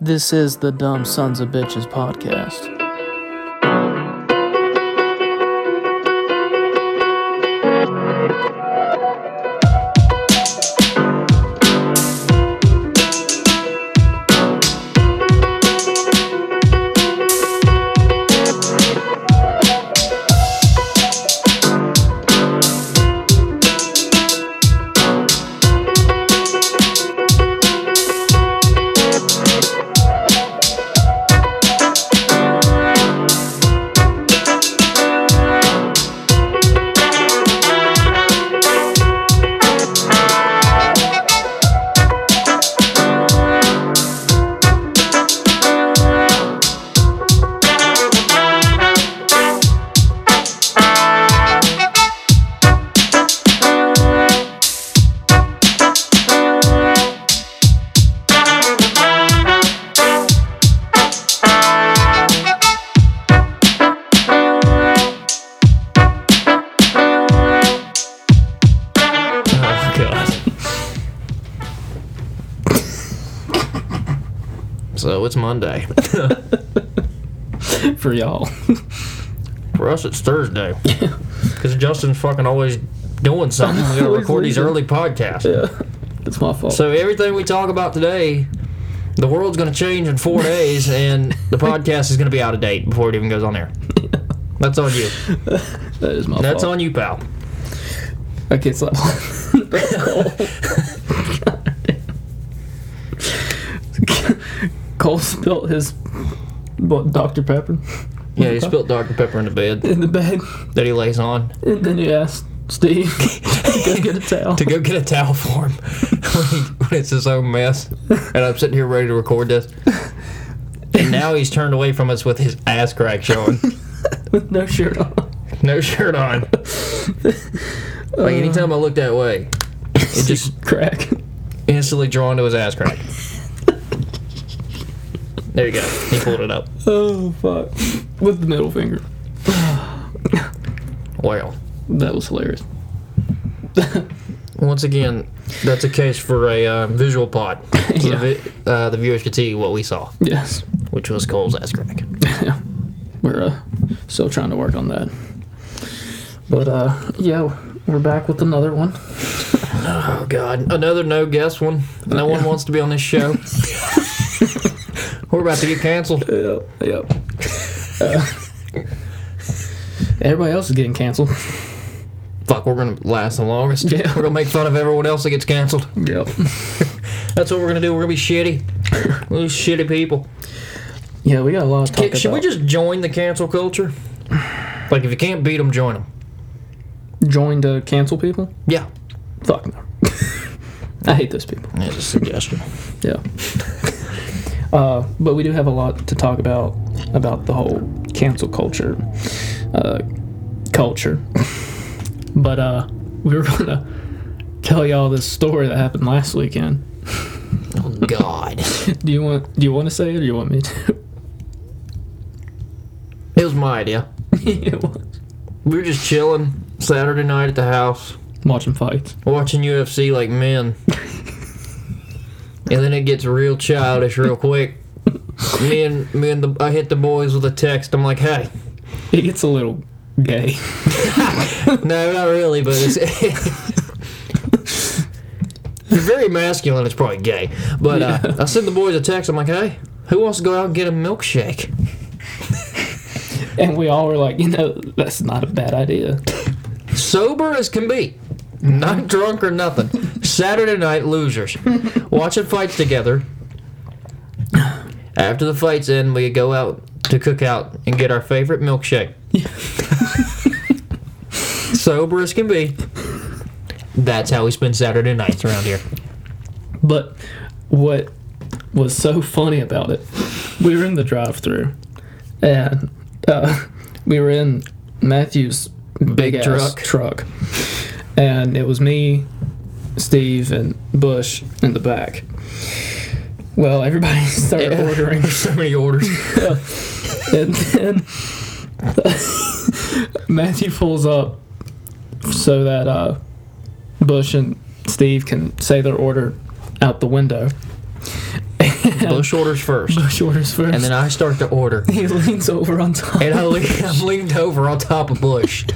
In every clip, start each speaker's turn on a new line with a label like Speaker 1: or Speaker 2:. Speaker 1: This is the Dumb Sons of Bitches podcast.
Speaker 2: Oh god. Oh, so it's Monday.
Speaker 1: For y'all.
Speaker 2: For us, it's Thursday. Because Justin's fucking always doing something. We gotta
Speaker 1: Always
Speaker 2: record these
Speaker 1: leaving.
Speaker 2: early podcasts.
Speaker 1: yeah. It's my fault.
Speaker 2: So everything we talk about today, the world's gonna change in four days, and the podcast is gonna be out of date before it even goes on air. That's on you.
Speaker 1: that is my
Speaker 2: That's
Speaker 1: fault.
Speaker 2: on you, pal.
Speaker 1: I can't stop. That's Cole. Cole spilled his what, Dr. Pepper
Speaker 2: Yeah, he spilled Dr. Pepper in the bed
Speaker 1: in the bed.
Speaker 2: that he lays on
Speaker 1: And then you asked Steve to go get a towel.
Speaker 2: to go get a towel for him when it's his own mess. And I'm sitting here ready to record this. And now he's turned away from us with his ass crack showing.
Speaker 1: with no shirt on.
Speaker 2: No shirt on.
Speaker 1: Uh.
Speaker 2: Like anytime I look that way, it just
Speaker 1: Crack.
Speaker 2: instantly drawn to his ass crack. There you go. He pulled it up.
Speaker 1: Oh, fuck. With the middle finger.
Speaker 2: Wow.
Speaker 1: That was hilarious.
Speaker 2: Once again, that's a case for a uh, visual pod. So
Speaker 1: Yeah.
Speaker 2: the, vi- uh, the viewers could see what we saw,
Speaker 1: Yes.
Speaker 2: which was Cole's ass crack.
Speaker 1: we're uh, still trying to work on that. But uh, yeah, we're back with another one.
Speaker 2: Oh God! Another no guess one. No one wants to be on this show. We're about to get canceled.
Speaker 1: Yep. Yep. everybody else is getting canceled.
Speaker 2: Fuck, we're gonna last the longest.
Speaker 1: Yeah.
Speaker 2: We're gonna make fun of everyone else that gets canceled.
Speaker 1: Yep.
Speaker 2: That's what we're gonna do. We're gonna be shitty. We're those shitty people.
Speaker 1: Yeah, we got a lot to talk
Speaker 2: Hey, should we
Speaker 1: about.
Speaker 2: just join the cancel culture? Like, if you can't beat them, join them.
Speaker 1: join to cancel people?
Speaker 2: Yeah.
Speaker 1: Fuck no. I hate those people.
Speaker 2: That's a suggestion.
Speaker 1: Yeah. Uh, but we do have a lot to talk about about the whole cancel culture, uh, culture. but uh, we were gonna tell y'all this story that happened last weekend.
Speaker 2: Oh God.
Speaker 1: Do you want Do you want to say it, or you want me to?
Speaker 2: It was my idea. We were just chilling Saturday night at the house.
Speaker 1: Watching fights.
Speaker 2: watching UFC like men. and then it gets real childish real quick. Me and me and the I hit the boys with a text. I'm like, hey,
Speaker 1: It gets a little gay.
Speaker 2: no, not really, but it's, if you're very masculine. It's probably gay. But uh, I sent the boys a text. I'm like, hey, who wants to go out and get a milkshake?
Speaker 1: And we all were like, you know, that's not a bad idea.
Speaker 2: sober as can be, not drunk or nothing. Saturday night losers, watching fights together. After the fights end, we go out to cook out and get our favorite milkshake. sober as can be. That's how we spend Saturday nights around here.
Speaker 1: But what was so funny about it, we were in the drive through and uh, we were in Matthew's big, ass
Speaker 2: truck.
Speaker 1: truck. And it was me, Steve, and Bush in the back. Well, everybody started
Speaker 2: Yeah.
Speaker 1: ordering.
Speaker 2: There's so many orders.
Speaker 1: and then Matthew pulls up so that uh, Bush and Steve can say their order out the window.
Speaker 2: Bush orders first,
Speaker 1: Bush orders first.
Speaker 2: and then I start to order.
Speaker 1: he leans over on top.
Speaker 2: And I, le- I leaned over on top of Bush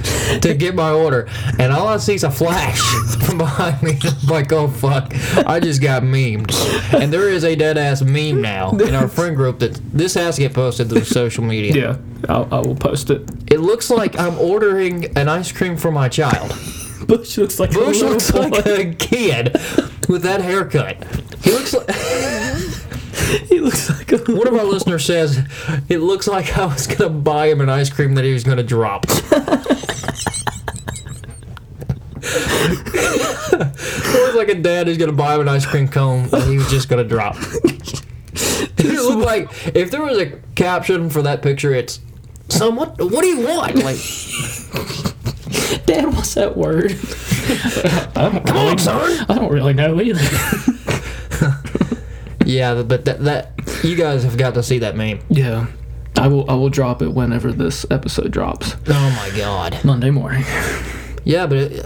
Speaker 2: to get my order, and all I see is a flash from behind me. I'm like, oh fuck, I just got memed. And there is a dead ass meme now in our friend group that this has to get posted to social media.
Speaker 1: yeah, I'll, I will post it.
Speaker 2: It looks like I'm ordering an ice cream for my child.
Speaker 1: Bush looks like
Speaker 2: Bush
Speaker 1: a little
Speaker 2: looks
Speaker 1: boy.
Speaker 2: like a kid with that haircut. He looks like
Speaker 1: he looks like a little
Speaker 2: one of our listeners says it looks like I was gonna buy him an ice cream that he was gonna drop. it was like a dad who's gonna buy him an ice cream cone that he was just gonna drop. it looked like if there was a caption for that picture, it's son, what, what do you want? Like,
Speaker 1: dad. What's that word? I don't
Speaker 2: come
Speaker 1: really,
Speaker 2: on, son.
Speaker 1: I don't really know either.
Speaker 2: Yeah, but that, that you guys have got to see that meme.
Speaker 1: yeah, I will. I will drop it whenever this episode drops
Speaker 2: Oh my god.
Speaker 1: Monday morning.
Speaker 2: Yeah, but it,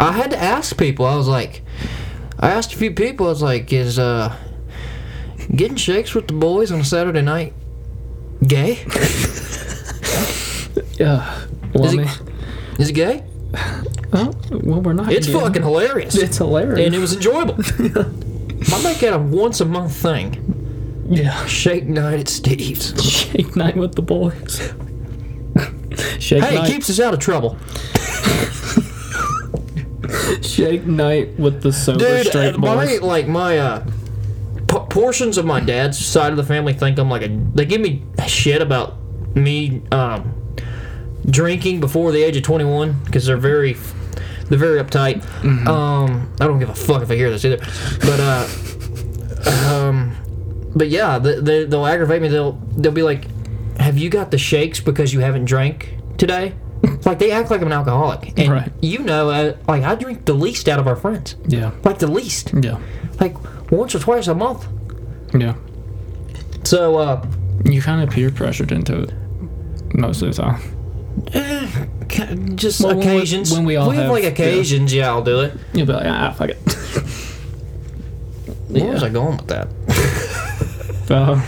Speaker 2: I had to ask people. I was like, I asked a few people. I was like, is uh, getting shakes with the boys on a Saturday night gay?
Speaker 1: Yeah. Well, I
Speaker 2: Is it,
Speaker 1: mean,
Speaker 2: is it gay?
Speaker 1: oh, well, we're not.
Speaker 2: It's
Speaker 1: getting-
Speaker 2: fucking hilarious,
Speaker 1: It's hilarious.
Speaker 2: and it was enjoyable. I make it a once a month thing.
Speaker 1: yeah.
Speaker 2: Shake night at Steve's.
Speaker 1: Shake night with the boys. Shake
Speaker 2: Hey,
Speaker 1: night.
Speaker 2: it keeps us out of trouble,
Speaker 1: Shake night with the sober
Speaker 2: dude.
Speaker 1: straight
Speaker 2: uh, my
Speaker 1: boys.
Speaker 2: like my uh. p- Portions of my dad's side of the family think I'm like a. They give me shit about me um, drinking before the age of 21 because they're very they're very uptight
Speaker 1: Mm-hmm.
Speaker 2: um i don't give a fuck if i hear this either but uh um but yeah they, they, they'll aggravate me they'll they'll be like have you got the shakes because you haven't drank today like they act like i'm an alcoholic and
Speaker 1: Right.
Speaker 2: you know uh, like i drink the least out of our friends
Speaker 1: Yeah.
Speaker 2: like the least
Speaker 1: Yeah.
Speaker 2: like once or twice a month
Speaker 1: Yeah.
Speaker 2: so uh
Speaker 1: You kind of peer pressured into it most of the time.
Speaker 2: ca- just
Speaker 1: Well, when we-
Speaker 2: occasions
Speaker 1: when we all have-
Speaker 2: like
Speaker 1: yeah.
Speaker 2: occasions yeah i'll do it
Speaker 1: You'll be like, ah, fuck it.
Speaker 2: where was i going with that
Speaker 1: Uh,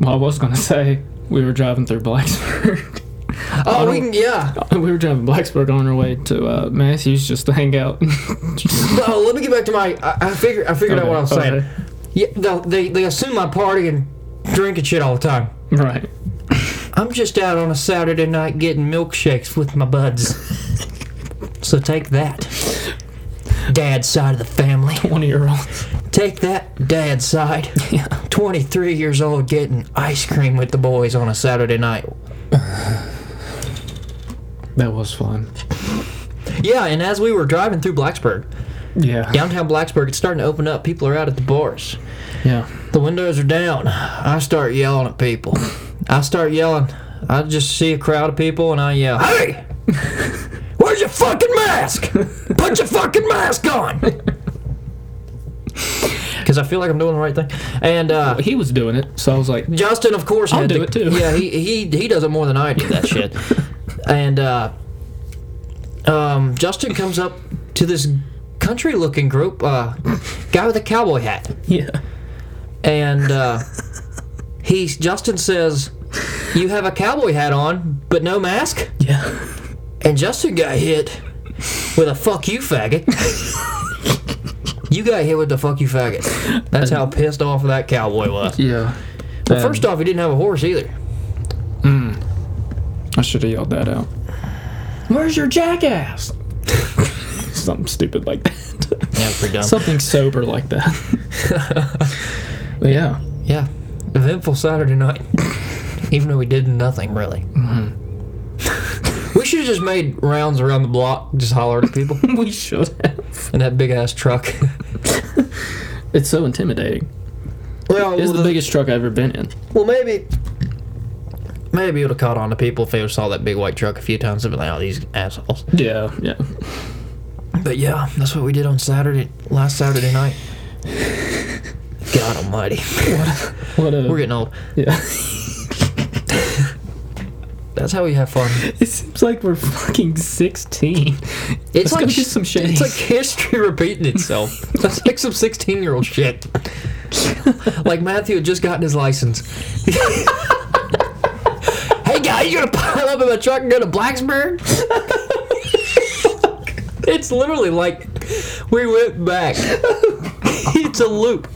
Speaker 1: well, I was gonna say we were driving through Blacksburg.
Speaker 2: Oh, we
Speaker 1: don't-
Speaker 2: can, yeah.
Speaker 1: we were driving Blacksburg on our way to uh, Matthews just to hang out.
Speaker 2: No, let me get back to my. I, I figured. I figured out what I was saying.
Speaker 1: Okay,
Speaker 2: Yeah, no, they they assume I party and drink and shit all the time.
Speaker 1: okay. Right.
Speaker 2: I'm just out on a Saturday night getting milkshakes with my buds. so take that, dad's side of the family.
Speaker 1: One year olds.
Speaker 2: Take that, dad's side.
Speaker 1: Yeah.
Speaker 2: 23 years old getting ice cream with the boys on a Saturday night.
Speaker 1: That was fun.
Speaker 2: Yeah, and as we were driving through Blacksburg,
Speaker 1: Yeah.
Speaker 2: downtown Blacksburg, it's starting to open up. People are out at the bars.
Speaker 1: Yeah.
Speaker 2: The windows are down. I start yelling at people. I start yelling. I just see a crowd of people and I yell, Hey! Where's your fucking mask? Put your fucking mask on! Because I feel like I'm doing the right thing. And uh,
Speaker 1: He was doing it, so I was like,
Speaker 2: Justin, of course,
Speaker 1: I'll
Speaker 2: had
Speaker 1: do
Speaker 2: the-
Speaker 1: it too.
Speaker 2: Yeah, he, he, he does it more than I do, that shit. And uh, um, Justin comes up to this country looking group, uh, guy with a cowboy hat
Speaker 1: yeah.
Speaker 2: and uh, he Justin says, "You have a cowboy hat on, but no mask."
Speaker 1: Yeah.
Speaker 2: And Justin got hit with a "fuck you, faggot." you got hit with the "fuck you, faggot." That's how pissed off that cowboy was.
Speaker 1: Yeah.
Speaker 2: But first off, he didn't have a horse either.
Speaker 1: I should have yelled that out. Where's your jackass? Something stupid like that.
Speaker 2: Yeah, pretty dumb.
Speaker 1: Something sober like that. But yeah.
Speaker 2: yeah, eventful Saturday night. Even though we did nothing really. we should have just made rounds around the block, just hollered at people
Speaker 1: We should have.
Speaker 2: in that big ass truck.
Speaker 1: It's so intimidating.
Speaker 2: well,
Speaker 1: It's the biggest truck I've ever been in.
Speaker 2: Well, maybe. Maybe it would have caught on to people if they saw that big white truck a few times and be like, oh, these assholes.
Speaker 1: Yeah, yeah.
Speaker 2: But yeah, that's what we did on Saturday, last Saturday night. God almighty.
Speaker 1: What a
Speaker 2: We're getting old.
Speaker 1: yeah.
Speaker 2: That's how we have fun.
Speaker 1: It seems like we're fucking sixteen.
Speaker 2: It's
Speaker 1: Let's
Speaker 2: like
Speaker 1: go get some shades.
Speaker 2: It's like history repeating itself. That's like some 16 year old shit. like Matthew had just gotten his license. hey guys, you're gonna pile up in my truck and go to Blacksburg? it's literally like we went back. it's a loop.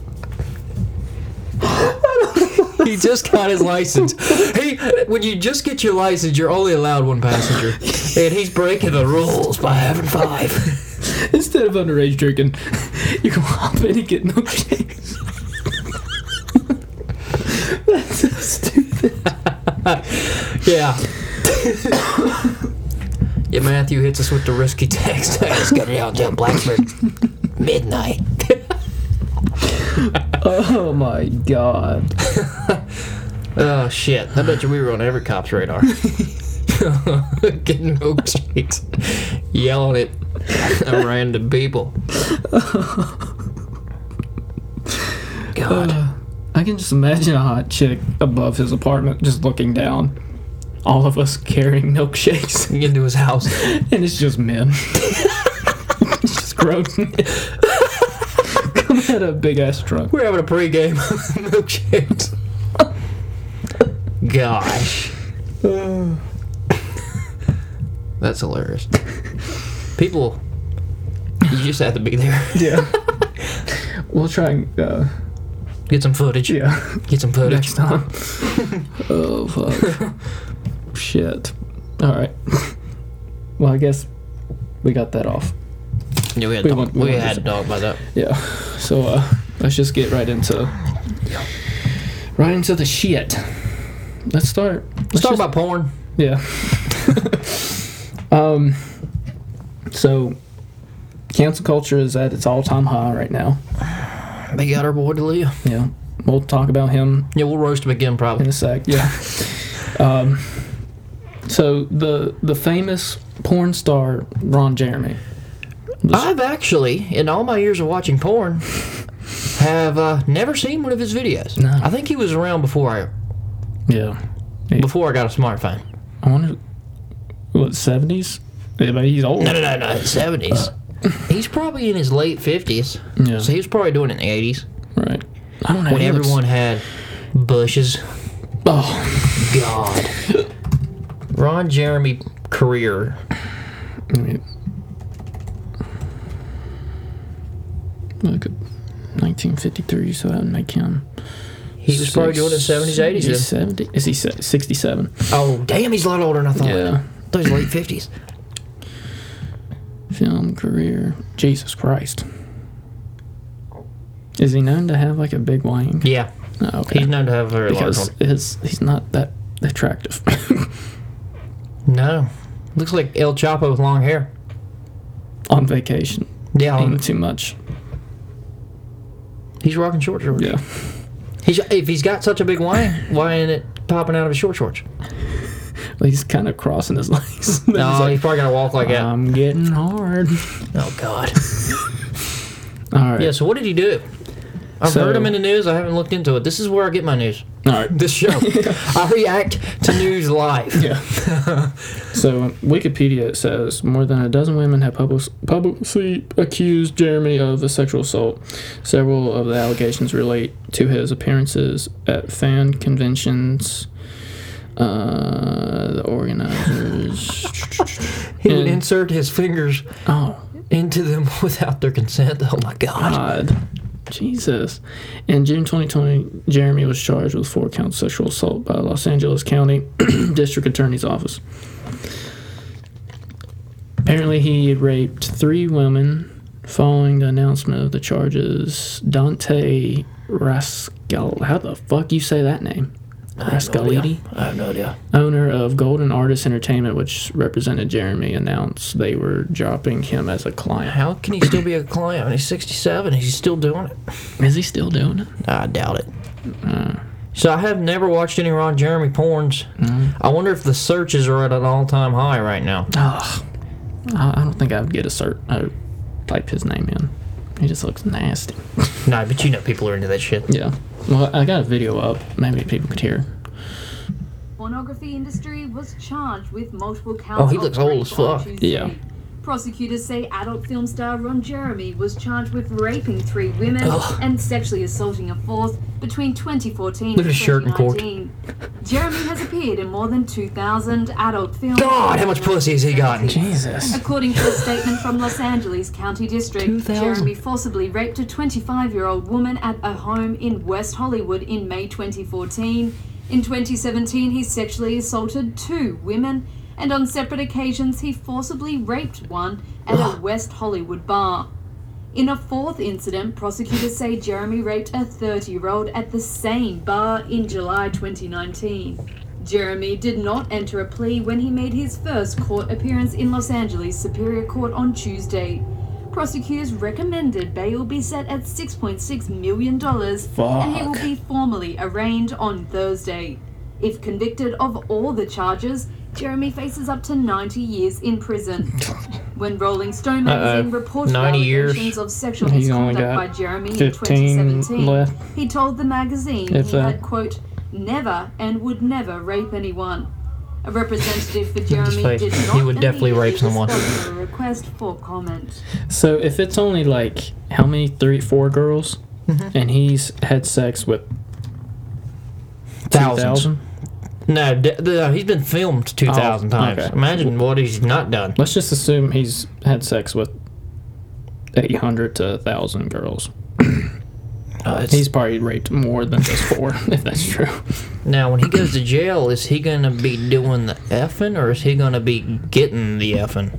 Speaker 2: he just got his license. He, when you just get your license, you're only allowed one passenger, and he's breaking the rules by having five.
Speaker 1: Instead of underage drinking, you can hop in and get no chance. That's so stupid.
Speaker 2: Yeah. yeah, Matthew hits us with the risky text. I just got it out John Blacksburg. Midnight.
Speaker 1: Oh my god.
Speaker 2: Oh shit! I bet you we were on every cop's radar. Getting no chance, yelling at random people. God.
Speaker 1: I can just imagine a hot chick above his apartment just looking down. All of us carrying milkshakes,
Speaker 2: into his house.
Speaker 1: and it's just men. it's just grown men. Come at a big ass truck.
Speaker 2: We're having a pregame milkshakes. Gosh, that's hilarious. People, you just have to be there.
Speaker 1: Yeah. we'll try and, uh,
Speaker 2: Get some footage.
Speaker 1: yeah.
Speaker 2: Get some footage.
Speaker 1: next time. oh fuck. Shit. All right. Well, I guess we got that off.
Speaker 2: Yeah, we had
Speaker 1: We
Speaker 2: to talk,
Speaker 1: want- we
Speaker 2: we
Speaker 1: want
Speaker 2: had to
Speaker 1: this-
Speaker 2: talk about that.
Speaker 1: Yeah. So uh, let's just get right into right into the shit. Let's start.
Speaker 2: Let's talk
Speaker 1: just-
Speaker 2: about porn.
Speaker 1: yeah. um. So, cancel culture is at its all-time high right now.
Speaker 2: They got our boy to Leo.
Speaker 1: Yeah. We'll talk about him
Speaker 2: Yeah, we'll roast him again probably.
Speaker 1: in a sec. Yeah. um, so the the famous porn star Ron Jeremy.
Speaker 2: I've actually, in all my years of watching porn, have uh, never seen one of his videos.
Speaker 1: No.
Speaker 2: I think he was around before I
Speaker 1: Yeah.
Speaker 2: before I got a smartphone.
Speaker 1: I wonder what seventies. Yeah, but he's old.
Speaker 2: No, no, no, no, seventies. He's probably in his late fifties.
Speaker 1: Yeah.
Speaker 2: So he was probably doing it in the eighties
Speaker 1: Right. I don't know.
Speaker 2: when
Speaker 1: he looks-
Speaker 2: everyone had bushes.
Speaker 1: Oh.
Speaker 2: God. Ron Jeremy career.
Speaker 1: I mean, look at 1953. So that would make him.
Speaker 2: He was probably doing it in the seventies,
Speaker 1: He's
Speaker 2: eighties.
Speaker 1: 70. Is he se- 67?
Speaker 2: Oh damn, he's a lot older than I thought.
Speaker 1: Yeah.
Speaker 2: I thought he was late fifties.
Speaker 1: film career. Jesus Christ. Is he known to have like a big wang?
Speaker 2: Yeah.
Speaker 1: No, okay.
Speaker 2: He's known to have a very large
Speaker 1: because
Speaker 2: one.
Speaker 1: his, he's not that attractive.
Speaker 2: No. Looks like El Chapo with long hair.
Speaker 1: On vacation,
Speaker 2: Yeah,
Speaker 1: eating
Speaker 2: um,
Speaker 1: too much.
Speaker 2: he's rocking short shorts.
Speaker 1: Yeah,
Speaker 2: He's, if he's got such a big wang, why ain't it popping out of his short shorts?
Speaker 1: he's kind of crossing his legs. He's
Speaker 2: No,
Speaker 1: like,
Speaker 2: Oh, he's probably gonna walk like that.
Speaker 1: I'm getting hard.
Speaker 2: Oh God.
Speaker 1: All right.
Speaker 2: Yeah. So what did he do? I've
Speaker 1: So-
Speaker 2: heard him in the news. I haven't looked into it. This is where I get my news.
Speaker 1: All right.
Speaker 2: This show. I react to news live.
Speaker 1: Yeah. so on Wikipedia it says more than a dozen women have public, publicly accused Jeremy of a sexual assault. Several of the allegations relate to his appearances at fan conventions. Uh, the organizers.
Speaker 2: He would
Speaker 1: And-
Speaker 2: insert his fingers
Speaker 1: oh
Speaker 2: into them without their consent. Oh my God.
Speaker 1: God. Jesus. In June 2020, Jeremy was charged with four counts of sexual assault by the Los Angeles County District Attorney's Office. Apparently, he raped three women following the announcement of the charges. Dante Rascal. How the fuck you say that name? Rascaliti?
Speaker 2: I have no idea.
Speaker 1: owner of Golden Artist Entertainment, which represented Jeremy, announced they were dropping him as a client.
Speaker 2: How can he still be a client? when He's 67. He's still doing it.
Speaker 1: Is he still doing it?
Speaker 2: I doubt it. So I have never watched any Ron Jeremy porns. I wonder if the searches are at an all-time high right now.
Speaker 1: Ugh. I I don't think I would get a cert. I would type his name in. He just looks nasty.
Speaker 2: No, but you know people are into that shit.
Speaker 1: Yeah. Well, I got a video up. Maybe people could hear.
Speaker 3: pornography industry was charged with multiple counts
Speaker 2: Oh, he
Speaker 3: of
Speaker 2: looks old
Speaker 3: rape
Speaker 2: as fuck.
Speaker 3: on Tuesday.
Speaker 1: Yeah.
Speaker 3: Prosecutors say adult film star Ron Jeremy was charged with raping three women
Speaker 2: Ugh.
Speaker 3: and sexually assaulting a fourth between 2014
Speaker 2: Look at
Speaker 3: and
Speaker 2: his shirt in court.
Speaker 3: 2019. Jeremy has appeared in more than 2,000 adult films.
Speaker 2: God, how much pussy has he gotten?
Speaker 1: Jesus.
Speaker 3: According to a statement from Los Angeles County District,
Speaker 1: 2,000.
Speaker 3: Jeremy forcibly raped a 25 year old woman at a home in West Hollywood in May 2014. In 2017, he sexually assaulted two women, and on separate occasions, he forcibly raped one at a West Hollywood bar. In a fourth incident, prosecutors say Jeremy raped a 30 year old at the same bar in July 2019. Jeremy did not enter a plea when he made his first court appearance in Los Angeles Superior Court on Tuesday. Prosecutors recommended bail be set at $6.6 million and he will
Speaker 1: Fuck.
Speaker 3: be formally arraigned on Thursday. If convicted of all the charges, Jeremy faces up to 90 years in prison. When Rolling Stone magazine reported
Speaker 2: 90 years.
Speaker 3: allegations of sexual
Speaker 1: He's only
Speaker 3: misconduct by
Speaker 1: got
Speaker 3: Jeremy in
Speaker 1: 15
Speaker 3: 2017,
Speaker 1: left.
Speaker 3: he told the magazine
Speaker 1: If
Speaker 3: he
Speaker 1: that.
Speaker 3: had, quote, never and would never rape anyone. A representative for Jeremy
Speaker 2: face.
Speaker 3: did
Speaker 2: He
Speaker 3: not
Speaker 2: would definitely rape someone.
Speaker 3: immediately respond to a request for comment.
Speaker 1: So if it's only like how many three four girls, and he's had sex with
Speaker 2: Thousands.
Speaker 1: 2,000?
Speaker 2: No, d- no, he's been filmed 2,000
Speaker 1: Oh,
Speaker 2: times.
Speaker 1: okay.
Speaker 2: Imagine what he's not done.
Speaker 1: Let's just assume he's had sex with eight hundred to thousand girls.
Speaker 2: Uh, it's-
Speaker 1: He's probably raped more than just four, if that's true.
Speaker 2: now, when he goes to jail, is he going to be doing the effing or is he going to be getting the effing?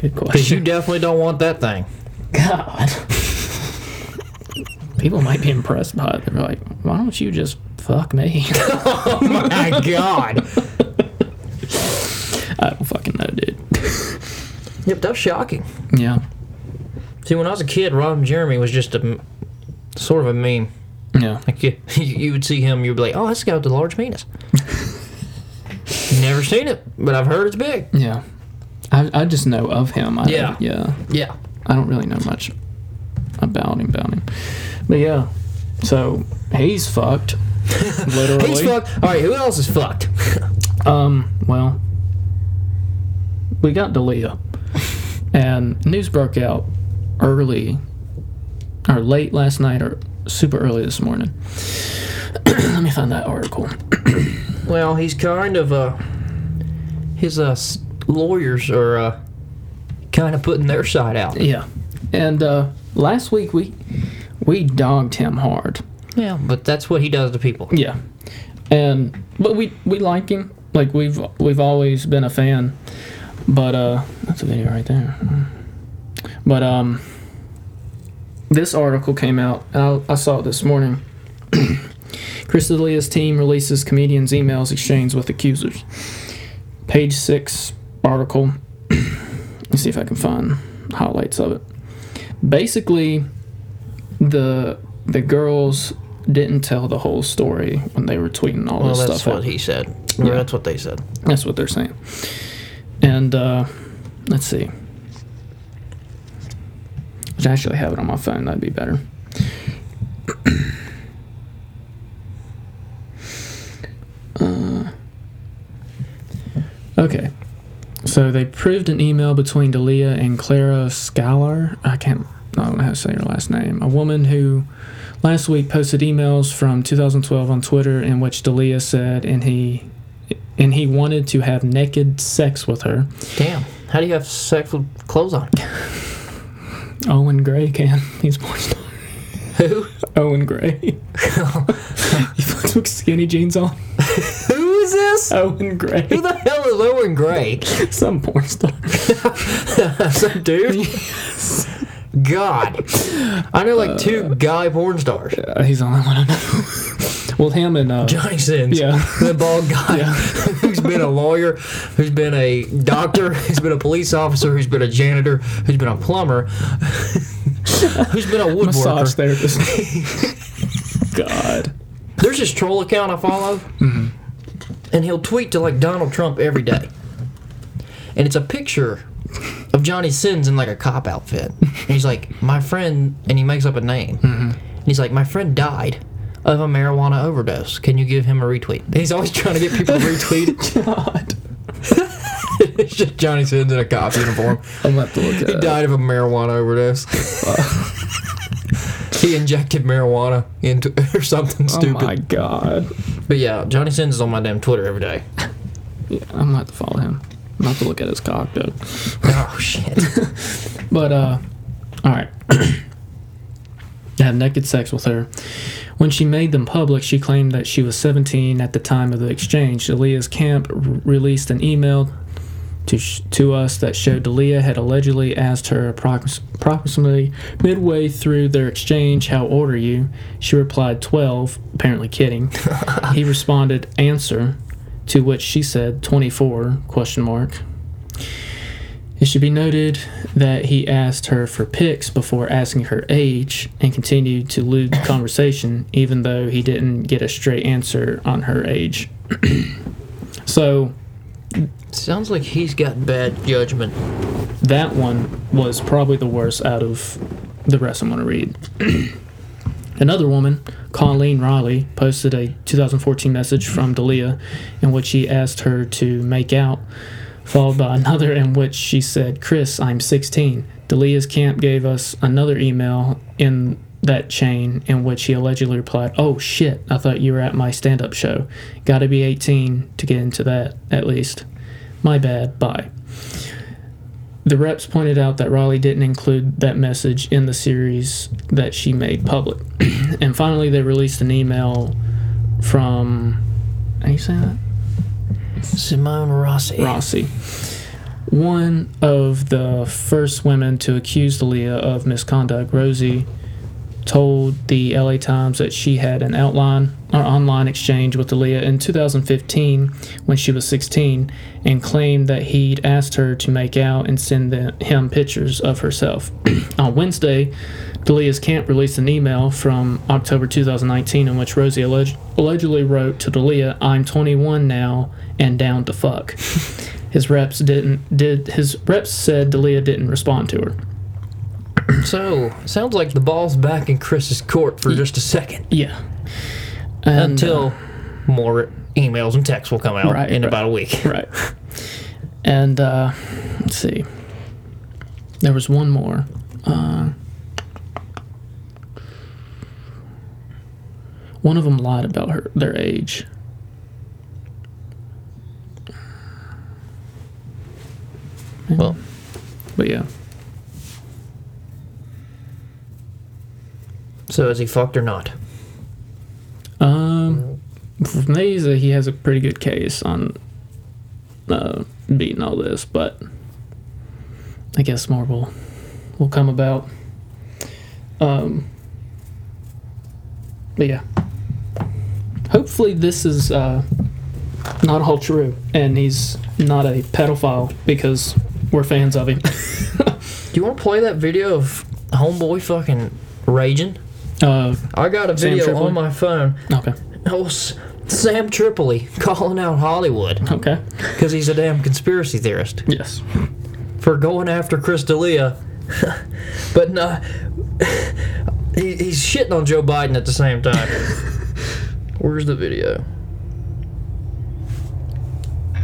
Speaker 1: Good
Speaker 2: Because you
Speaker 1: question.
Speaker 2: definitely don't want that thing.
Speaker 1: God. People might be impressed by it. They're like, why don't you just fuck me?
Speaker 2: Oh My God.
Speaker 1: I don't fucking know, dude.
Speaker 2: Yep, that was shocking.
Speaker 1: Yeah.
Speaker 2: See, when I was a kid, Ron Jeremy was just a m- sort of a meme.
Speaker 1: Yeah.
Speaker 2: Like you, you would see him, you'd be like, "Oh, that's the guy with the large penis." Never seen it, but I've heard it's big.
Speaker 1: Yeah. I, I just know of him. I,
Speaker 2: Yeah.
Speaker 1: Yeah.
Speaker 2: Yeah,
Speaker 1: I don't really know much about him, about him. But yeah, so he's fucked. literally.
Speaker 2: he's fucked. All right, who else is fucked?
Speaker 1: Um, well, we got Dalia, and news broke out early, or late last night, or super early this morning. Let me find that article.
Speaker 2: well, he's kind of uh, his uh s- lawyers are uh, kind of putting their side out.
Speaker 1: Yeah, and uh, last week we we dogged him hard.
Speaker 2: Yeah, but that's what he does to people.
Speaker 1: Yeah, and but we we like him. Like we've we've always been a fan. But uh, that's a video right there. But um, this article came out. And I, I saw it this morning. Chris D'Elia's team releases comedians' emails exchanged with accusers. Page six article. Let's see if I can find highlights of it. Basically, the the girls didn't tell the whole story when they were tweeting all
Speaker 2: Well,
Speaker 1: this
Speaker 2: that's
Speaker 1: stuff.
Speaker 2: what
Speaker 1: out.
Speaker 2: he said. Yeah, that's what they said.
Speaker 1: That's what they're saying. And uh, let's see. Which I actually have it on my phone. That'd be better. uh, okay. So they proved an email between Dalia and Clara Scalar. I can't. I don't know how to say her last name. A woman who last week posted emails from 2012 on Twitter in which Dalia said, and he and he wanted to have naked sex with her.
Speaker 2: Damn, how do you have sex with clothes on?
Speaker 1: Owen Gray can. He's porn star.
Speaker 2: Who?
Speaker 1: Owen Gray. he fucks with skinny jeans on.
Speaker 2: Who is this?
Speaker 1: Owen
Speaker 2: Who
Speaker 1: Gray.
Speaker 2: the hell is Owen Gray?
Speaker 1: Some porn star.
Speaker 2: Some dude. God, I know like two guy porn stars.
Speaker 1: Uh, he's the only one I know. well, him and uh,
Speaker 2: Johnny Sins,
Speaker 1: Yeah.
Speaker 2: the bald guy who's been a lawyer, who's been a doctor, who's been a police officer, who's been a janitor, who's been a plumber, who's been a
Speaker 1: massage
Speaker 2: woodworker.
Speaker 1: therapist. God.
Speaker 2: There's this troll account I follow,
Speaker 1: Mm-hmm.
Speaker 2: and he'll tweet to like Donald Trump every day, and it's a picture of Johnny Sins in like a cop outfit, and he's like, "My friend," and he makes up a name,
Speaker 1: Mm-hmm.
Speaker 2: and he's like, "My friend died." Of a marijuana overdose. Can you give him a retweet? He's always trying to get people to retweet.
Speaker 1: God.
Speaker 2: it's just Johnny Sins in a cop uniform.
Speaker 1: I'm gonna have to look at
Speaker 2: He
Speaker 1: it.
Speaker 2: died of a marijuana overdose. he injected marijuana into or something
Speaker 1: Oh
Speaker 2: stupid.
Speaker 1: my god.
Speaker 2: But yeah, Johnny Sins is on my damn Twitter every day.
Speaker 1: Yeah, I'm gonna have to follow him. I'm gonna have to look at his cock though.
Speaker 2: oh shit.
Speaker 1: But uh, all right. Have naked sex with her. When she made them public, she claimed that she was 17 at the time of the exchange. Aaliyah's camp r- released an email to, sh- to us that showed Aaliyah had allegedly asked her approx- approximately midway through their exchange, How old are you? She replied, 12, apparently kidding. he responded, Answer, to which she said, 24, question mark. It should be noted that he asked her for pics before asking her age and continued to lead the conversation, even though he didn't get a straight answer on her age. so
Speaker 2: Sounds like he's got bad judgment.
Speaker 1: that one was probably the worst out of the rest I'm going to read. Another woman, Colleen Riley, posted a 2014 message from Dalia in which he asked her to make out, followed by another in which she said, Chris, I'm 16. Dalia's camp gave us another email in that chain in which he allegedly replied, Oh shit, I thought you were at my stand up show. Gotta be 18 to get into that, at least. My bad, bye. The reps pointed out that Raleigh didn't include that message in the series that she made public. and finally, they released an email from. How do you say that?
Speaker 2: Simone Rossi.
Speaker 1: Rossi. One of the first women to accuse Dalia of misconduct, Rosie, told the LA Times that she had an outline or online exchange with Dalia in 2015 when she was 16 and claimed that he'd asked her to make out and send the, him pictures of herself. On Wednesday, Dalia's camp released an email from October 2019 in which Rosie alleg- allegedly wrote to Dalia, "I'm 21 now and down to fuck." His reps didn't did his reps said Dalia didn't respond to her.
Speaker 2: So, sounds like the ball's back in Chris's court for just a second.
Speaker 1: Yeah. And,
Speaker 2: Until more emails and texts will come out
Speaker 1: Right,
Speaker 2: in
Speaker 1: right.
Speaker 2: about a week.
Speaker 1: Right. And uh, let's see. There was one more. Uh, one of them lied about her their age.
Speaker 2: Well,
Speaker 1: But yeah,
Speaker 2: so is he fucked or not?
Speaker 1: um, from these uh, he has a pretty good case on uh, beating all this. But I guess more will will come about. Um, but yeah, hopefully this is uh, not all true, and he's not a pedophile because we're fans of him.
Speaker 2: Do you want to play that video of homeboy fucking raging?
Speaker 1: Uh,
Speaker 2: I got a
Speaker 1: Sam
Speaker 2: video
Speaker 1: Tripoli?
Speaker 2: on my phone.
Speaker 1: okay,
Speaker 2: Oh, S- Sam Tripoli calling out Hollywood
Speaker 1: okay,
Speaker 2: because he's a damn conspiracy theorist
Speaker 1: yes,
Speaker 2: for going after Chris D'Elia. but nah, he, he's shitting on Joe Biden at the same time. Where's the video?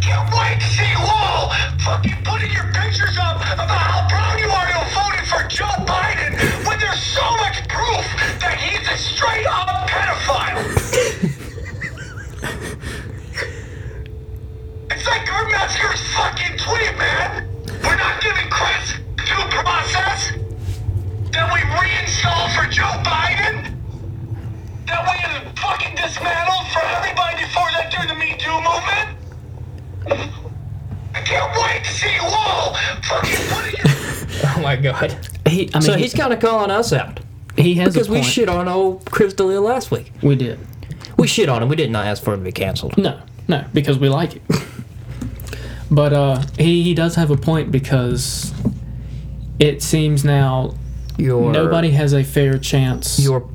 Speaker 4: You blank seawall! Fucking putting your pictures up about how proud you are you voted for Joe Biden when there's so much proof that he's a straight up pedophile! it's like Germetzker's fucking tweet, man! We're not giving Chris due process? That we reinstall for Joe Biden? That we fucking dismantled for everybody before that during the Me Too movement? I can't wait to see you all fucking putting your
Speaker 2: Oh my god.
Speaker 1: he. I mean,
Speaker 2: So
Speaker 1: he-
Speaker 2: he's kind of calling us out
Speaker 1: he has
Speaker 2: because
Speaker 1: a point.
Speaker 2: we shit on old Chris D'Elia last week.
Speaker 1: we did.
Speaker 2: We shit on him. We did not ask for him to be canceled.
Speaker 1: No, no, because we like it. but uh, he, he does have a point because it seems now
Speaker 2: You're,
Speaker 1: nobody has a fair chance.
Speaker 2: You're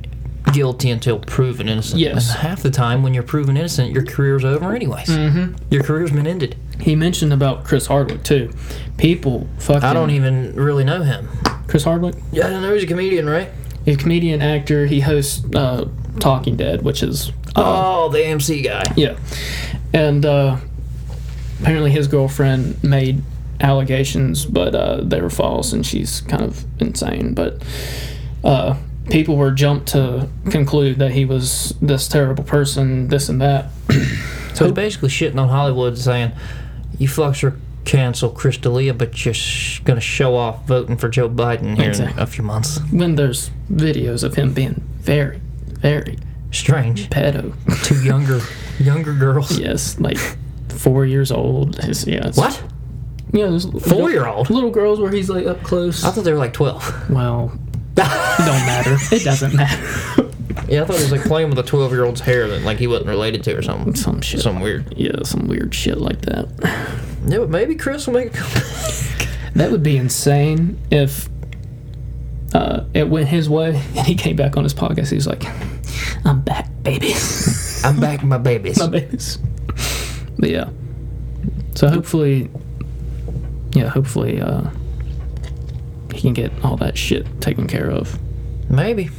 Speaker 2: guilty until proven innocent.
Speaker 1: Yes.
Speaker 2: And half the time, when you're proven innocent, your career's over anyways. Mm-hmm. Your career's been ended.
Speaker 1: he mentioned about Chris Hardwick too. People fucking.
Speaker 2: I don't even really know him.
Speaker 1: Chris Hardwick.
Speaker 2: Yeah, I don't know. He's a comedian, right?
Speaker 1: He's a comedian, actor. He hosts uh, Talking Dead, which is
Speaker 2: Oh, the AMC guy.
Speaker 1: Yeah. And uh, apparently his girlfriend made allegations, but uh, they were false, and she's kind of insane. But uh, people were jumped to conclude that he was this terrible person, this and that.
Speaker 2: So it's basically shitting on Hollywood and saying, you fucks are cancel Crystalia, but you're sh- going to show off voting for Joe Biden here in
Speaker 1: Exactly.
Speaker 2: a few months.
Speaker 1: When there's videos of him being very, very
Speaker 2: Strange.
Speaker 1: pedo.
Speaker 2: Two younger younger girls.
Speaker 1: yes, like four years old. It's- yeah. It's,
Speaker 2: What?
Speaker 1: Yeah, there's
Speaker 2: Four-year-old?
Speaker 1: little girls where he's like up close.
Speaker 2: I thought they were like 12.
Speaker 1: well,
Speaker 2: yeah,
Speaker 1: it don't matter. It doesn't matter.
Speaker 2: I thought he was like playing with a 12 year old's hair that like he wasn't related to or something.
Speaker 1: Some shit.
Speaker 2: Something weird.
Speaker 1: yeah, some weird shit like that.
Speaker 2: Yeah, but maybe Chris will make a comeback.
Speaker 1: That would be insane if uh, it went his way and he came back on his podcast. He was like, "I'm back, babies,
Speaker 2: I'm back, my babies.
Speaker 1: my babies." But yeah, so hopefully, yeah, hopefully uh, he can get all that shit taken care of.
Speaker 2: Maybe.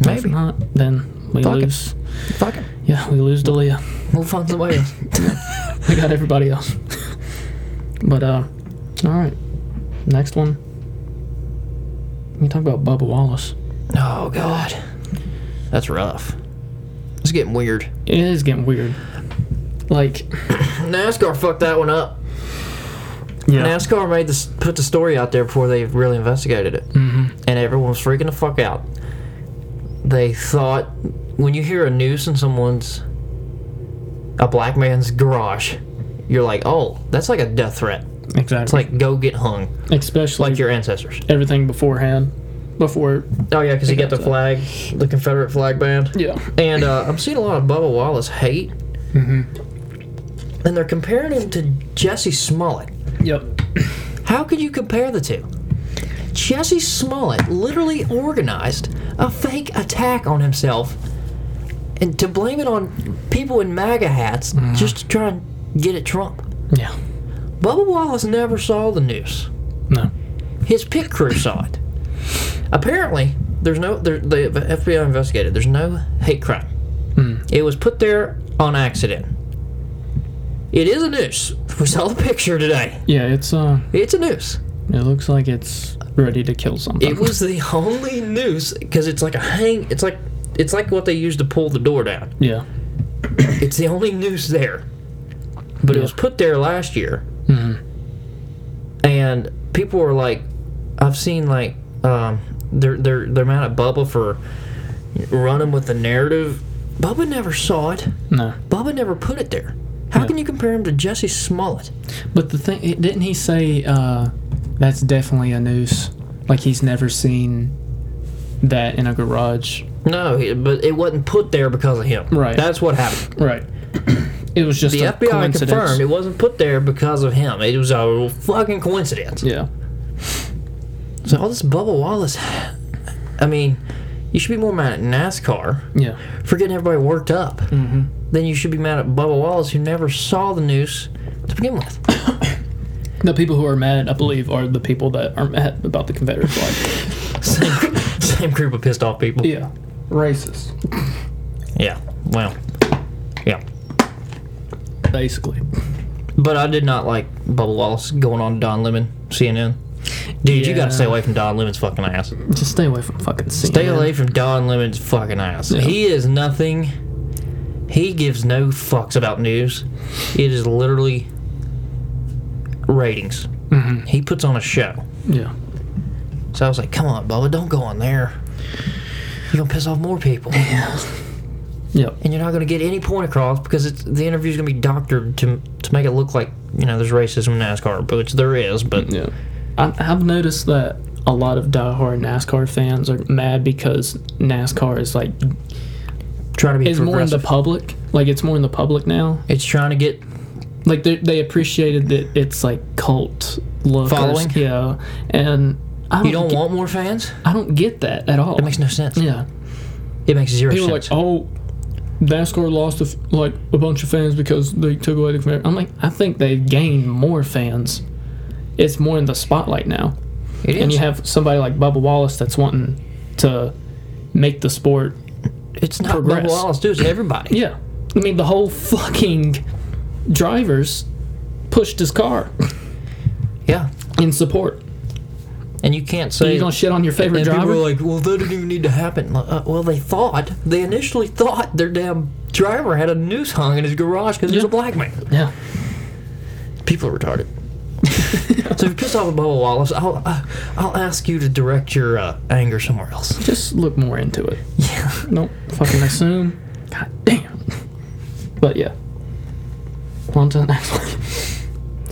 Speaker 1: If
Speaker 2: Maybe.
Speaker 1: not, then we
Speaker 2: Fuck it.
Speaker 1: lose.
Speaker 2: Fuck it.
Speaker 1: Yeah, we lose Dalia.
Speaker 2: We'll find somebody else.
Speaker 1: We got everybody else. but uh, all right, next one. We talk about Bubba Wallace.
Speaker 2: oh, God. That's rough. It's getting weird.
Speaker 1: It is getting weird. Like,
Speaker 2: NASCAR fucked that one up. NASCAR made this put the story out there before they really investigated it, mm-hmm. and everyone was freaking the fuck out. They thought when you hear a noose in someone's a black man's garage, you're like, oh, that's like a death threat.
Speaker 1: exactly.
Speaker 2: It's like go get hung,
Speaker 1: especially
Speaker 2: like your ancestors.
Speaker 1: everything beforehand, before.
Speaker 2: Oh yeah, because you got the
Speaker 1: Exactly.
Speaker 2: flag, the Confederate flag band.
Speaker 1: Yeah.
Speaker 2: And uh, I'm seeing a lot of Bubba Wallace hate. Mm-hmm. And they're comparing him to Jesse Smollett.
Speaker 1: Yep.
Speaker 2: How could you compare the two? Jesse Smollett literally organized a fake attack on himself and to blame it on people in MAGA hats just to try and get at Trump.
Speaker 1: Yeah.
Speaker 2: Bubba Wallace never saw the news.
Speaker 1: No.
Speaker 2: His pit crew saw it. Apparently, there's no there, the FBI investigated. There's no hate crime. It was put there on accident. It is a noose. We saw the picture today.
Speaker 1: Yeah, it's uh,
Speaker 2: It's a noose.
Speaker 1: it looks like it's ready to kill something.
Speaker 2: It was the only noose because it's like a hang. It's like it's like what they use to pull the door down.
Speaker 1: yeah.
Speaker 2: It's the only noose there, but it was put there last year, and people were like, I've seen like um, they're they're they're mad at Bubba for running with the narrative. Bubba never saw it.
Speaker 1: No.
Speaker 2: Bubba never put it there. How can you compare him to Jesse Smollett?
Speaker 1: But the thing, it- didn't he say uh, that's definitely a noose? Like he's never seen that in a garage.
Speaker 2: No, he, but it wasn't put there because of him.
Speaker 1: Right.
Speaker 2: That's what happened.
Speaker 1: Right. It was just
Speaker 2: The
Speaker 1: a
Speaker 2: FBI
Speaker 1: coincidence.
Speaker 2: confirmed it wasn't put there because of him. It was a fucking coincidence.
Speaker 1: Yeah.
Speaker 2: So all this Bubba Wallace, I mean, you should be more mad at NASCAR
Speaker 1: Yeah.
Speaker 2: for getting everybody worked up mm-hmm. than you should be mad at Bubba Wallace who never saw the news to begin with.
Speaker 1: The people who are mad, I believe, are the people that are mad about the Confederate flag.
Speaker 2: same, same group of pissed off people.
Speaker 1: yeah. Racist.
Speaker 2: Yeah. Well. Yeah.
Speaker 1: Basically.
Speaker 2: But I did not like Bubba Wallace going on Don Lemon CNN. Dude, you
Speaker 1: Yeah.
Speaker 2: gotta stay away from Don Lemon's fucking ass.
Speaker 1: Just stay away from fucking CNN.
Speaker 2: Stay away from Don Lemon's fucking ass. He is nothing. He gives no fucks about news. It is literally ratings.
Speaker 1: Mm-hmm.
Speaker 2: He puts on a show.
Speaker 1: Yeah.
Speaker 2: So I was like, come on, Bubba, don't go on there. You're going to piss off more people.
Speaker 1: Yep.
Speaker 2: And you're not going to get any point across because it's, the interview's going to be doctored to, to make it look like, you know, there's racism in NASCAR, which there is, but
Speaker 1: Yeah. I, I've noticed that a lot of diehard NASCAR fans are mad because NASCAR is like
Speaker 2: trying to be
Speaker 1: is more in the
Speaker 2: progressive.
Speaker 1: public. Like it's more in the public now.
Speaker 2: it's trying to get
Speaker 1: Like they they appreciated that it's like cult look. or-
Speaker 2: Following?
Speaker 1: Yeah. And I don't,
Speaker 2: you don't
Speaker 1: get,
Speaker 2: want more fans?
Speaker 1: I don't get that at all.
Speaker 2: It makes no sense.
Speaker 1: yeah.
Speaker 2: It makes zero
Speaker 1: People are like,
Speaker 2: sense.
Speaker 1: oh, NASCAR lost a f- like a bunch of fans because they took away the Confederate. I'm like, I think they've gained more fans. It's more in the spotlight now,
Speaker 2: it is.
Speaker 1: oh, and you have somebody like Bubba Wallace that's wanting to make the sport.
Speaker 2: It's not
Speaker 1: progress.
Speaker 2: Bubba Wallace, dude. It's everybody.
Speaker 1: Yeah, I mean the whole fucking drivers pushed his car
Speaker 2: Yeah.
Speaker 1: in support.
Speaker 2: And you can't
Speaker 1: Are
Speaker 2: say.
Speaker 1: you gonna shit on your favorite
Speaker 2: and people
Speaker 1: driver?
Speaker 2: are like, well, that didn't even need to happen. Like, uh, well, they thought, they initially thought their damn driver had a noose hung in his garage because he was
Speaker 1: Yeah.
Speaker 2: a black man.
Speaker 1: yeah.
Speaker 2: People are retarded. so if you're pissed off at Bubba Wallace, I'll, uh, I'll ask you to direct your uh, anger somewhere else.
Speaker 1: Just look more into it. Yeah. Don't fucking assume. God damn. But yeah. On to the next one.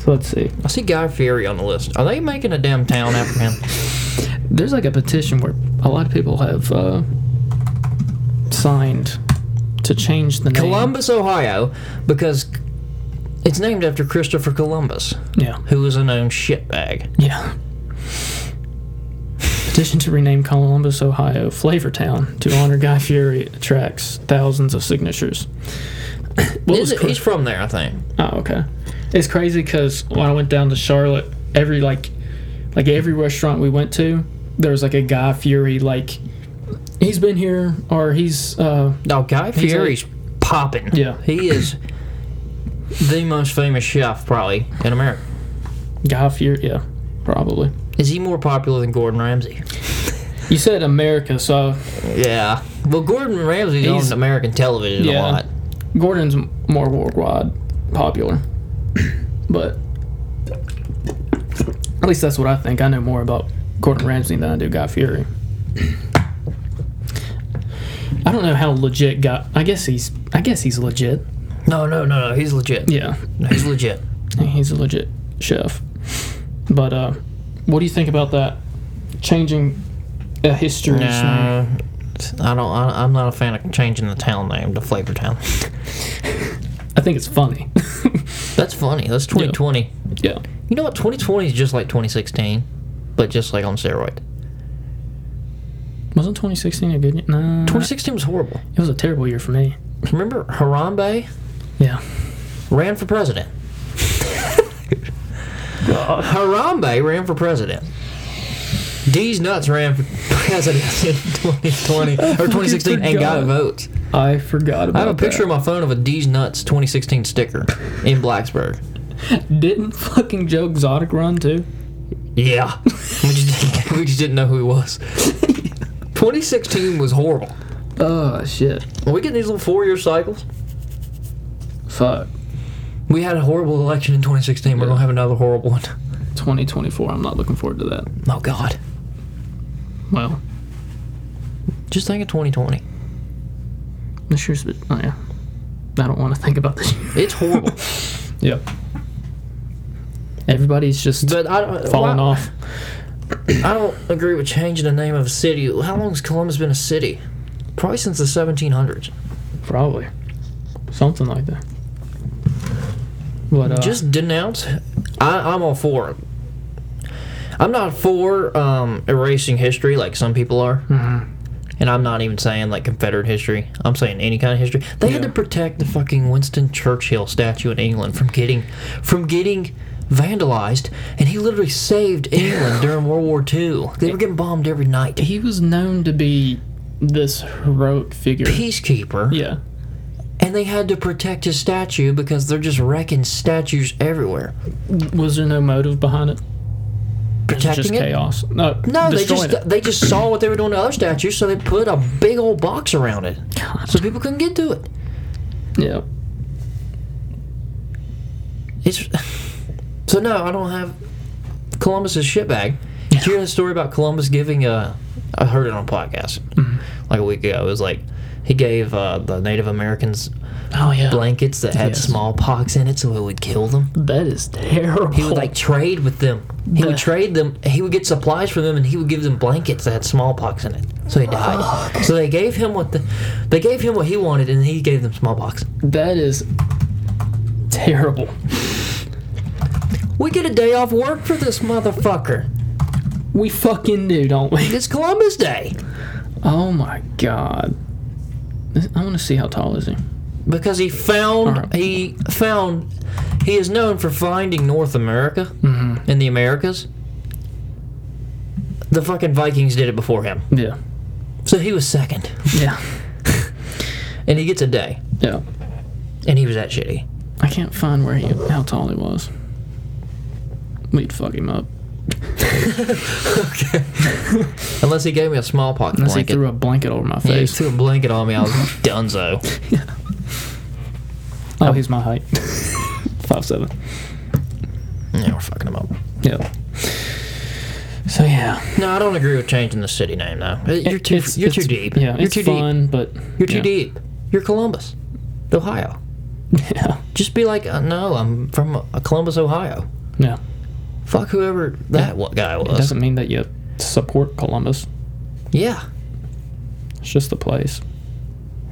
Speaker 1: So let's see.
Speaker 2: I see Guy Fieri on the list. Are they making a damn town after him?
Speaker 1: There's like a petition where a lot of people have uh, signed to change the name.
Speaker 2: Columbus, Ohio, because it's named after Christopher Columbus,
Speaker 1: Yeah.
Speaker 2: who was a known shitbag.
Speaker 1: Yeah. Petition to rename Columbus, Ohio, Flavor Town to honor Guy Fieri attracts thousands of signatures. what
Speaker 2: Is
Speaker 1: was
Speaker 2: it,
Speaker 1: cra-
Speaker 2: he's from there, I think.
Speaker 1: oh, okay. It's crazy because when I went down to Charlotte, every like, like every restaurant we went to, there was like a Guy Fieri like, he's been here or he's uh
Speaker 2: No, Guy
Speaker 1: like-
Speaker 2: Fieri's popping.
Speaker 1: Yeah.
Speaker 2: He is the most famous chef, probably, in America.
Speaker 1: Guy Fieri, yeah, probably.
Speaker 2: Is he more popular than Gordon Ramsay?
Speaker 1: You said America, so
Speaker 2: Yeah. Well, Gordon Ramsay's
Speaker 1: He's-
Speaker 2: on American television
Speaker 1: Yeah.
Speaker 2: a lot.
Speaker 1: Gordon's m- more worldwide popular, but at least that's what I think. I know more about Gordon Ramsay than I do Guy Fieri. I don't know how legit Guy. I guess he's. I guess he's legit.
Speaker 2: No, no, no, no. He's legit.
Speaker 1: Yeah,
Speaker 2: He's legit.
Speaker 1: he's a legit chef. But uh, what do you think about that? Changing a history's name.
Speaker 2: Nah, I don't. I, I'm not a fan of changing the town name to Flavor Town.
Speaker 1: I think it's funny.
Speaker 2: That's funny. That's 2020.
Speaker 1: yeah.
Speaker 2: You know what? 2020 is just like 2016, but just like on steroid.
Speaker 1: Wasn't 2016 a good year? No.
Speaker 2: 2016 was horrible.
Speaker 1: It was a terrible year for me.
Speaker 2: Remember Harambe
Speaker 1: Yeah.
Speaker 2: ran for president. Harambe ran for president. D's nuts ran for president in 2020 or 2016 and got
Speaker 1: forgot.
Speaker 2: votes.
Speaker 1: I forgot about
Speaker 2: I have a picture on my phone of a D's nuts 2016 sticker in Blacksburg.
Speaker 1: Didn't fucking Joe Exotic run too?
Speaker 2: Yeah. we, just didn't, we just didn't know who he was. 2016 was horrible.
Speaker 1: Oh shit.
Speaker 2: When we get these little four year cycles,
Speaker 1: Fuck.
Speaker 2: we had a horrible election in 2016. We're going to have another horrible one.
Speaker 1: 2024. I'm not looking forward to that.
Speaker 2: Oh, God.
Speaker 1: Well,
Speaker 2: Just think of 2020.
Speaker 1: this year's been. Oh yeah. I don't want to think about this year.
Speaker 2: It's horrible.
Speaker 1: Yep. Everybody's just
Speaker 2: but I don't,
Speaker 1: falling
Speaker 2: why-
Speaker 1: off.
Speaker 2: I don't agree with changing the name of a city. How long has Columbus been a city? Probably since the 1700s.
Speaker 1: Probably. Something like that. But uh,
Speaker 2: Just denounce. I, I'm all for it. I'm not for um, erasing history like some people are. And I'm not even saying like Confederate history. I'm saying any kind of history. They had
Speaker 1: Yeah.
Speaker 2: to protect the fucking Winston Churchill statue in England from getting from getting vandalized, and he literally saved England during World War II. They were getting bombed every night.
Speaker 1: he was known to be this heroic figure.
Speaker 2: Peacekeeper.
Speaker 1: yeah.
Speaker 2: And they had to protect his statue because they're just wrecking statues everywhere.
Speaker 1: Was there no motive behind it?
Speaker 2: Protecting
Speaker 1: just
Speaker 2: it?
Speaker 1: chaos. No.
Speaker 2: No, they
Speaker 1: destroying
Speaker 2: just uh,
Speaker 1: it.
Speaker 2: they just saw what they were doing to other statues, so they put a big old box around it, so people couldn't get to it.
Speaker 1: Yeah.
Speaker 2: It's so no, I don't have Columbus's shitbag. Did you hear the story about Columbus giving a? I heard it on a podcast
Speaker 1: Mm-hmm.
Speaker 2: like a week ago. It was like he gave uh, the Native Americans
Speaker 1: Oh yeah.
Speaker 2: blankets that had
Speaker 1: Yes.
Speaker 2: smallpox in it, so it would kill them.
Speaker 1: That is terrible.
Speaker 2: He would like trade with them. He would trade them. He would get supplies from them, and he would give them blankets that had smallpox in it. So he
Speaker 1: Oh,
Speaker 2: died. So they gave him what the, they gave him what he wanted, and he gave them smallpox.
Speaker 1: That is terrible.
Speaker 2: We get a day off work for this motherfucker.
Speaker 1: We fucking do, don't we?
Speaker 2: It's Columbus Day
Speaker 1: Oh my god. This- I want to see how tall is he.
Speaker 2: because he found
Speaker 1: Alright.
Speaker 2: he found he is known for finding North America
Speaker 1: Mm-hmm.
Speaker 2: in the Americas. The fucking Vikings did it before him,
Speaker 1: Yeah.
Speaker 2: so he was second,
Speaker 1: Yeah.
Speaker 2: and he gets a day,
Speaker 1: Yeah.
Speaker 2: and he was that shitty.
Speaker 1: I can't find where he how tall he was. We'd fuck him up.
Speaker 2: Unless he gave me a smallpox
Speaker 1: Unless
Speaker 2: blanket.
Speaker 1: he threw a blanket over my
Speaker 2: yeah, he
Speaker 1: face.
Speaker 2: threw a blanket on me. I was dunzo.
Speaker 1: oh, he's my height. Five seven.
Speaker 2: Yeah, we're fucking him up.
Speaker 1: Yeah. So yeah,
Speaker 2: No, I don't agree with changing the city name though. You're too
Speaker 1: It's-
Speaker 2: you're
Speaker 1: it's-
Speaker 2: too deep.
Speaker 1: Yeah,
Speaker 2: you're
Speaker 1: it's
Speaker 2: too deep.
Speaker 1: fun, but
Speaker 2: You're too
Speaker 1: yeah.
Speaker 2: deep. You're Columbus, Ohio.
Speaker 1: Yeah,
Speaker 2: Just be like, uh, no, I'm from uh, Columbus, Ohio.
Speaker 1: yeah.
Speaker 2: Fuck whoever that wa- guy
Speaker 1: It
Speaker 2: was.
Speaker 1: doesn't mean that you support Columbus.
Speaker 2: Yeah,
Speaker 1: It's just the place.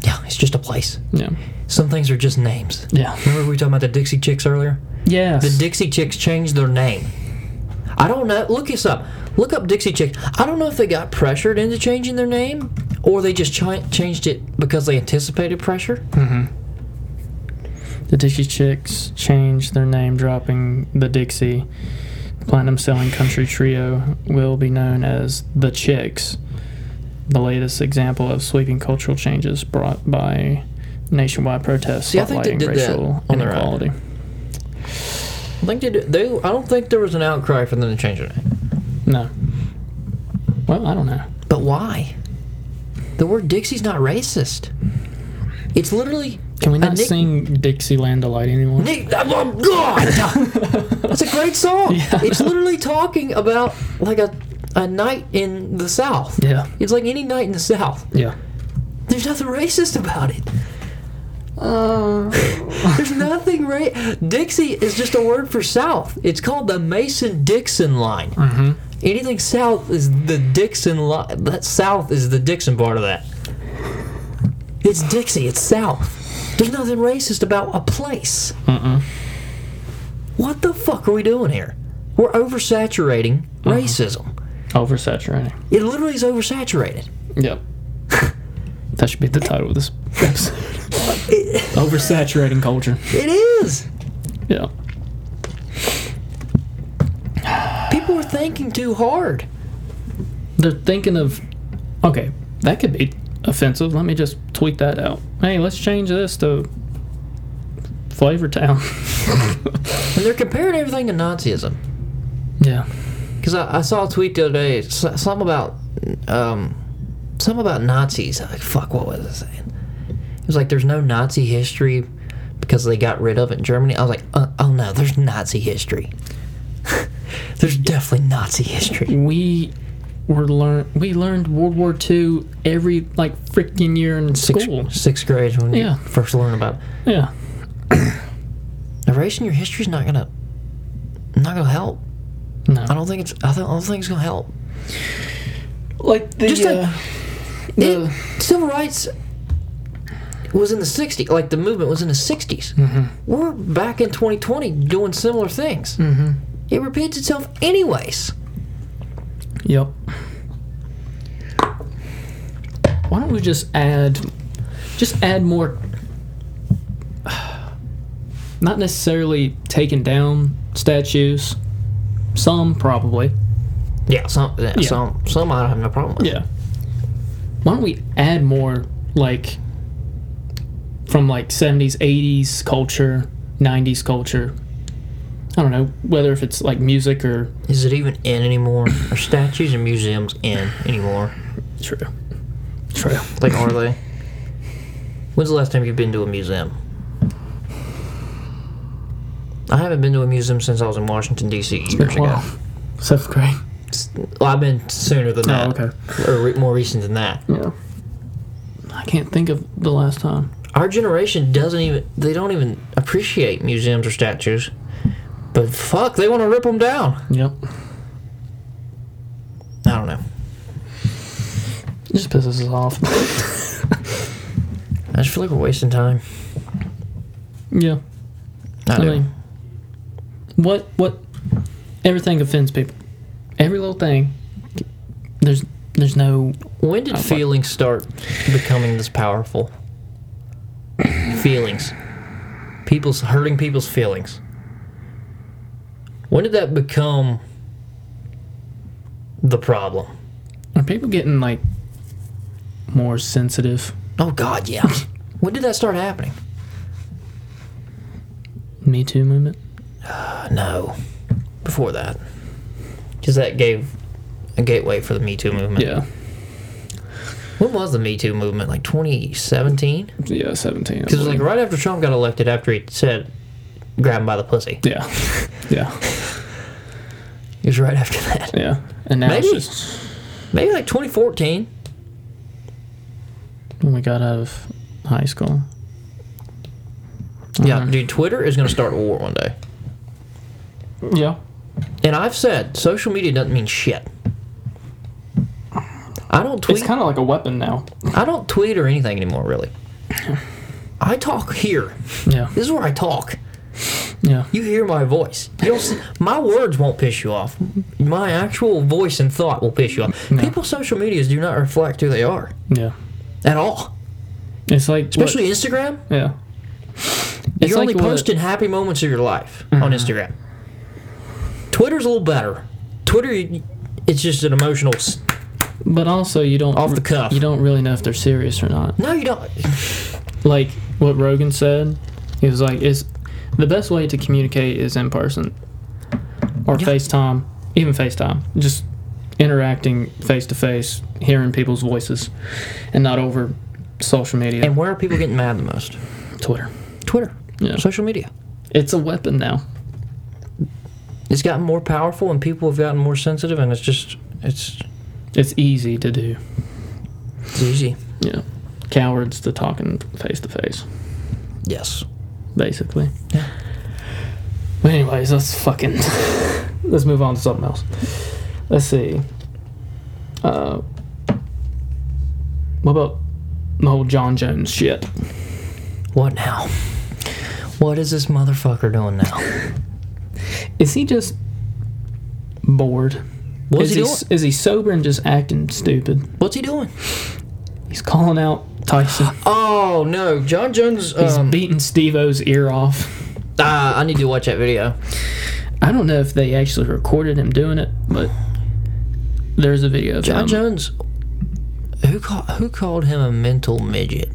Speaker 2: yeah. It's just a place.
Speaker 1: Yeah,
Speaker 2: Some things are just names.
Speaker 1: yeah.
Speaker 2: Remember we were talking about the Dixie Chicks earlier?
Speaker 1: Yes.
Speaker 2: The Dixie Chicks changed their name. I don't know. Look this up. Look up Dixie Chicks. I don't know if they got pressured into changing their name or they just chi- changed it because they anticipated pressure.
Speaker 1: The Dixie Chicks changed their name, dropping the Dixie. The platinum selling country trio will be known as the Chicks, the latest example of sweeping cultural changes brought by nationwide protests
Speaker 2: I think they
Speaker 1: spotlighting
Speaker 2: did that
Speaker 1: racial
Speaker 2: on their own.
Speaker 1: inequality.
Speaker 2: I think they, do, they I don't think there was an outcry for them to change their name.
Speaker 1: No. Well, I don't know.
Speaker 2: But why? The word Dixie's not racist. It's literally
Speaker 1: Can we not
Speaker 2: nick-
Speaker 1: sing Dixieland Delight anymore?
Speaker 2: Nick, oh God, that's a great song. It's literally talking about like a a night in the South.
Speaker 1: Yeah.
Speaker 2: It's like any night in the South.
Speaker 1: Yeah.
Speaker 2: There's nothing racist about it. There's nothing right. Dixie is just a word for South. It's called the Mason-Dixon line. Mm-hmm. Anything South is the Dixon line. That South is the Dixon part of that. It's Dixie. It's South. There's nothing racist about a place.
Speaker 1: Uh-uh.
Speaker 2: What the fuck are we doing here? We're oversaturating racism.
Speaker 1: Oversaturating.
Speaker 2: It literally is oversaturated.
Speaker 1: Yep. that should be the title of this episode. Oversaturating culture.
Speaker 2: It is.
Speaker 1: Yeah.
Speaker 2: People are thinking too hard.
Speaker 1: They're thinking of, okay, that could be offensive. Let me just tweet that out. Hey, let's change this to Flavor Town.
Speaker 2: And they're comparing everything to Nazism.
Speaker 1: yeah.
Speaker 2: Because I, I saw a tweet the other day, s- something about, um, something about Nazis. Like, fuck, what was I saying? It was like, there's no Nazi history because they got rid of it in Germany. I was like, uh, oh no, there's Nazi history. there's definitely Nazi history.
Speaker 1: We were learn we learned World War II every like freaking year in
Speaker 2: Sixth,
Speaker 1: school.
Speaker 2: sixth grade when
Speaker 1: Yeah.
Speaker 2: you first learn about it.
Speaker 1: Yeah.
Speaker 2: Erasing your history's not gonna, not gonna help.
Speaker 1: No.
Speaker 2: I don't think it's. I don't, I don't think it's gonna help.
Speaker 1: Like the,
Speaker 2: Just like-
Speaker 1: uh,
Speaker 2: It-
Speaker 1: the-
Speaker 2: civil rights was in the 60s like the movement was in the 60s mm-hmm. we're back in 2020 doing similar things mm-hmm. it repeats itself anyways
Speaker 1: Yep. Why don't we just add, just add more, not necessarily taking down statues, some probably.
Speaker 2: yeah some yeah,
Speaker 1: Yeah.
Speaker 2: some some i don't have no problem with
Speaker 1: Yeah. Why don't we add more like from like 70s, 80s culture, 90s culture? I don't know whether if it's like music or
Speaker 2: is it even in anymore are statues and museums in anymore
Speaker 1: true. True.
Speaker 2: like are they when's the last time you've been to a museum I haven't been to a museum since I was in Washington D.C. years ago.
Speaker 1: Seventh grade.
Speaker 2: Well, I've been sooner than that,
Speaker 1: okay.
Speaker 2: or re- more recent than that.
Speaker 1: Yeah. I can't think of the last time.
Speaker 2: our generation doesn't even they don't even appreciate museums or statues but fuck they want to rip them down
Speaker 1: Yep.
Speaker 2: i don't know
Speaker 1: It just pisses us off.
Speaker 2: i just feel like we're wasting time
Speaker 1: yeah.
Speaker 2: i,
Speaker 1: I
Speaker 2: do.
Speaker 1: mean, what, what, everything offends people. Every little thing. There's, there's no,
Speaker 2: when did feelings start becoming this powerful feelings people's hurting people's feelings when did that become the problem
Speaker 1: are people getting like more sensitive?
Speaker 2: oh god yeah when did that start happening
Speaker 1: Me Too movement?
Speaker 2: No, before that, because that gave a gateway for the Me Too movement.
Speaker 1: Yeah.
Speaker 2: When was the Me Too movement? Like 2017?
Speaker 1: Yeah, 17. I
Speaker 2: Because it was like
Speaker 1: believe.
Speaker 2: right after Trump got elected, after he said, "Grab him by the pussy."
Speaker 1: yeah. Yeah.
Speaker 2: It was right after that.
Speaker 1: Yeah. And now
Speaker 2: Maybe.
Speaker 1: it's just.
Speaker 2: Maybe like 2014.
Speaker 1: when we got out of high school. Mm-hmm.
Speaker 2: Yeah, dude, Twitter is gonna start a war one day.
Speaker 1: Yeah.
Speaker 2: And I've said social media doesn't mean shit. I don't tweet.
Speaker 1: It's kind of like a weapon now.
Speaker 2: I don't tweet or anything anymore, really. I talk here.
Speaker 1: Yeah.
Speaker 2: This is where I talk.
Speaker 1: Yeah.
Speaker 2: You hear my voice. You don't see, my words won't piss you off. My actual voice and thought will piss you off. People's social medias do not reflect who they are
Speaker 1: Yeah.
Speaker 2: at all.
Speaker 1: It's like. what-
Speaker 2: Especially Instagram.
Speaker 1: Yeah. It's
Speaker 2: You're
Speaker 1: like
Speaker 2: only
Speaker 1: what- Mm-hmm.
Speaker 2: posting happy moments of your life on Instagram. Twitter's a little better. Twitter, you- it's just an emotional. s-
Speaker 1: But also, you don't.
Speaker 2: Off the cuff.
Speaker 1: You don't really know if they're serious or not.
Speaker 2: No, you don't.
Speaker 1: Like what Rogan said, he was like, "It's the best way to communicate is in person or
Speaker 2: Yeah.
Speaker 1: FaceTime, even FaceTime. Just interacting face to face, hearing people's voices, and not over social media
Speaker 2: And where are people getting mad the most?
Speaker 1: Twitter.
Speaker 2: Twitter,
Speaker 1: Yeah.
Speaker 2: social media.
Speaker 1: It's a weapon now.
Speaker 2: It's gotten more powerful, and people have gotten more sensitive, and it's just it's,
Speaker 1: It's easy to do.
Speaker 2: it's easy.
Speaker 1: Yeah. Cowards to talking face to face,
Speaker 2: Yes.
Speaker 1: basically. But anyways, let's fucking let's move on to something else. Let's see. Uh what about the whole John Jones shit?
Speaker 2: What now? What is this motherfucker doing now?
Speaker 1: Is he just bored?
Speaker 2: What's
Speaker 1: is
Speaker 2: he doing?
Speaker 1: s- is he sober and just acting stupid?
Speaker 2: What's he doing?
Speaker 1: He's calling out Tyson.
Speaker 2: Oh no, John Jones.
Speaker 1: He's
Speaker 2: Um,
Speaker 1: beating Steve O's ear off.
Speaker 2: ah, I need to watch that video.
Speaker 1: I don't know if they actually recorded him doing it, but there's a video of
Speaker 2: John
Speaker 1: him.
Speaker 2: Jones. Who called who called him a mental midget?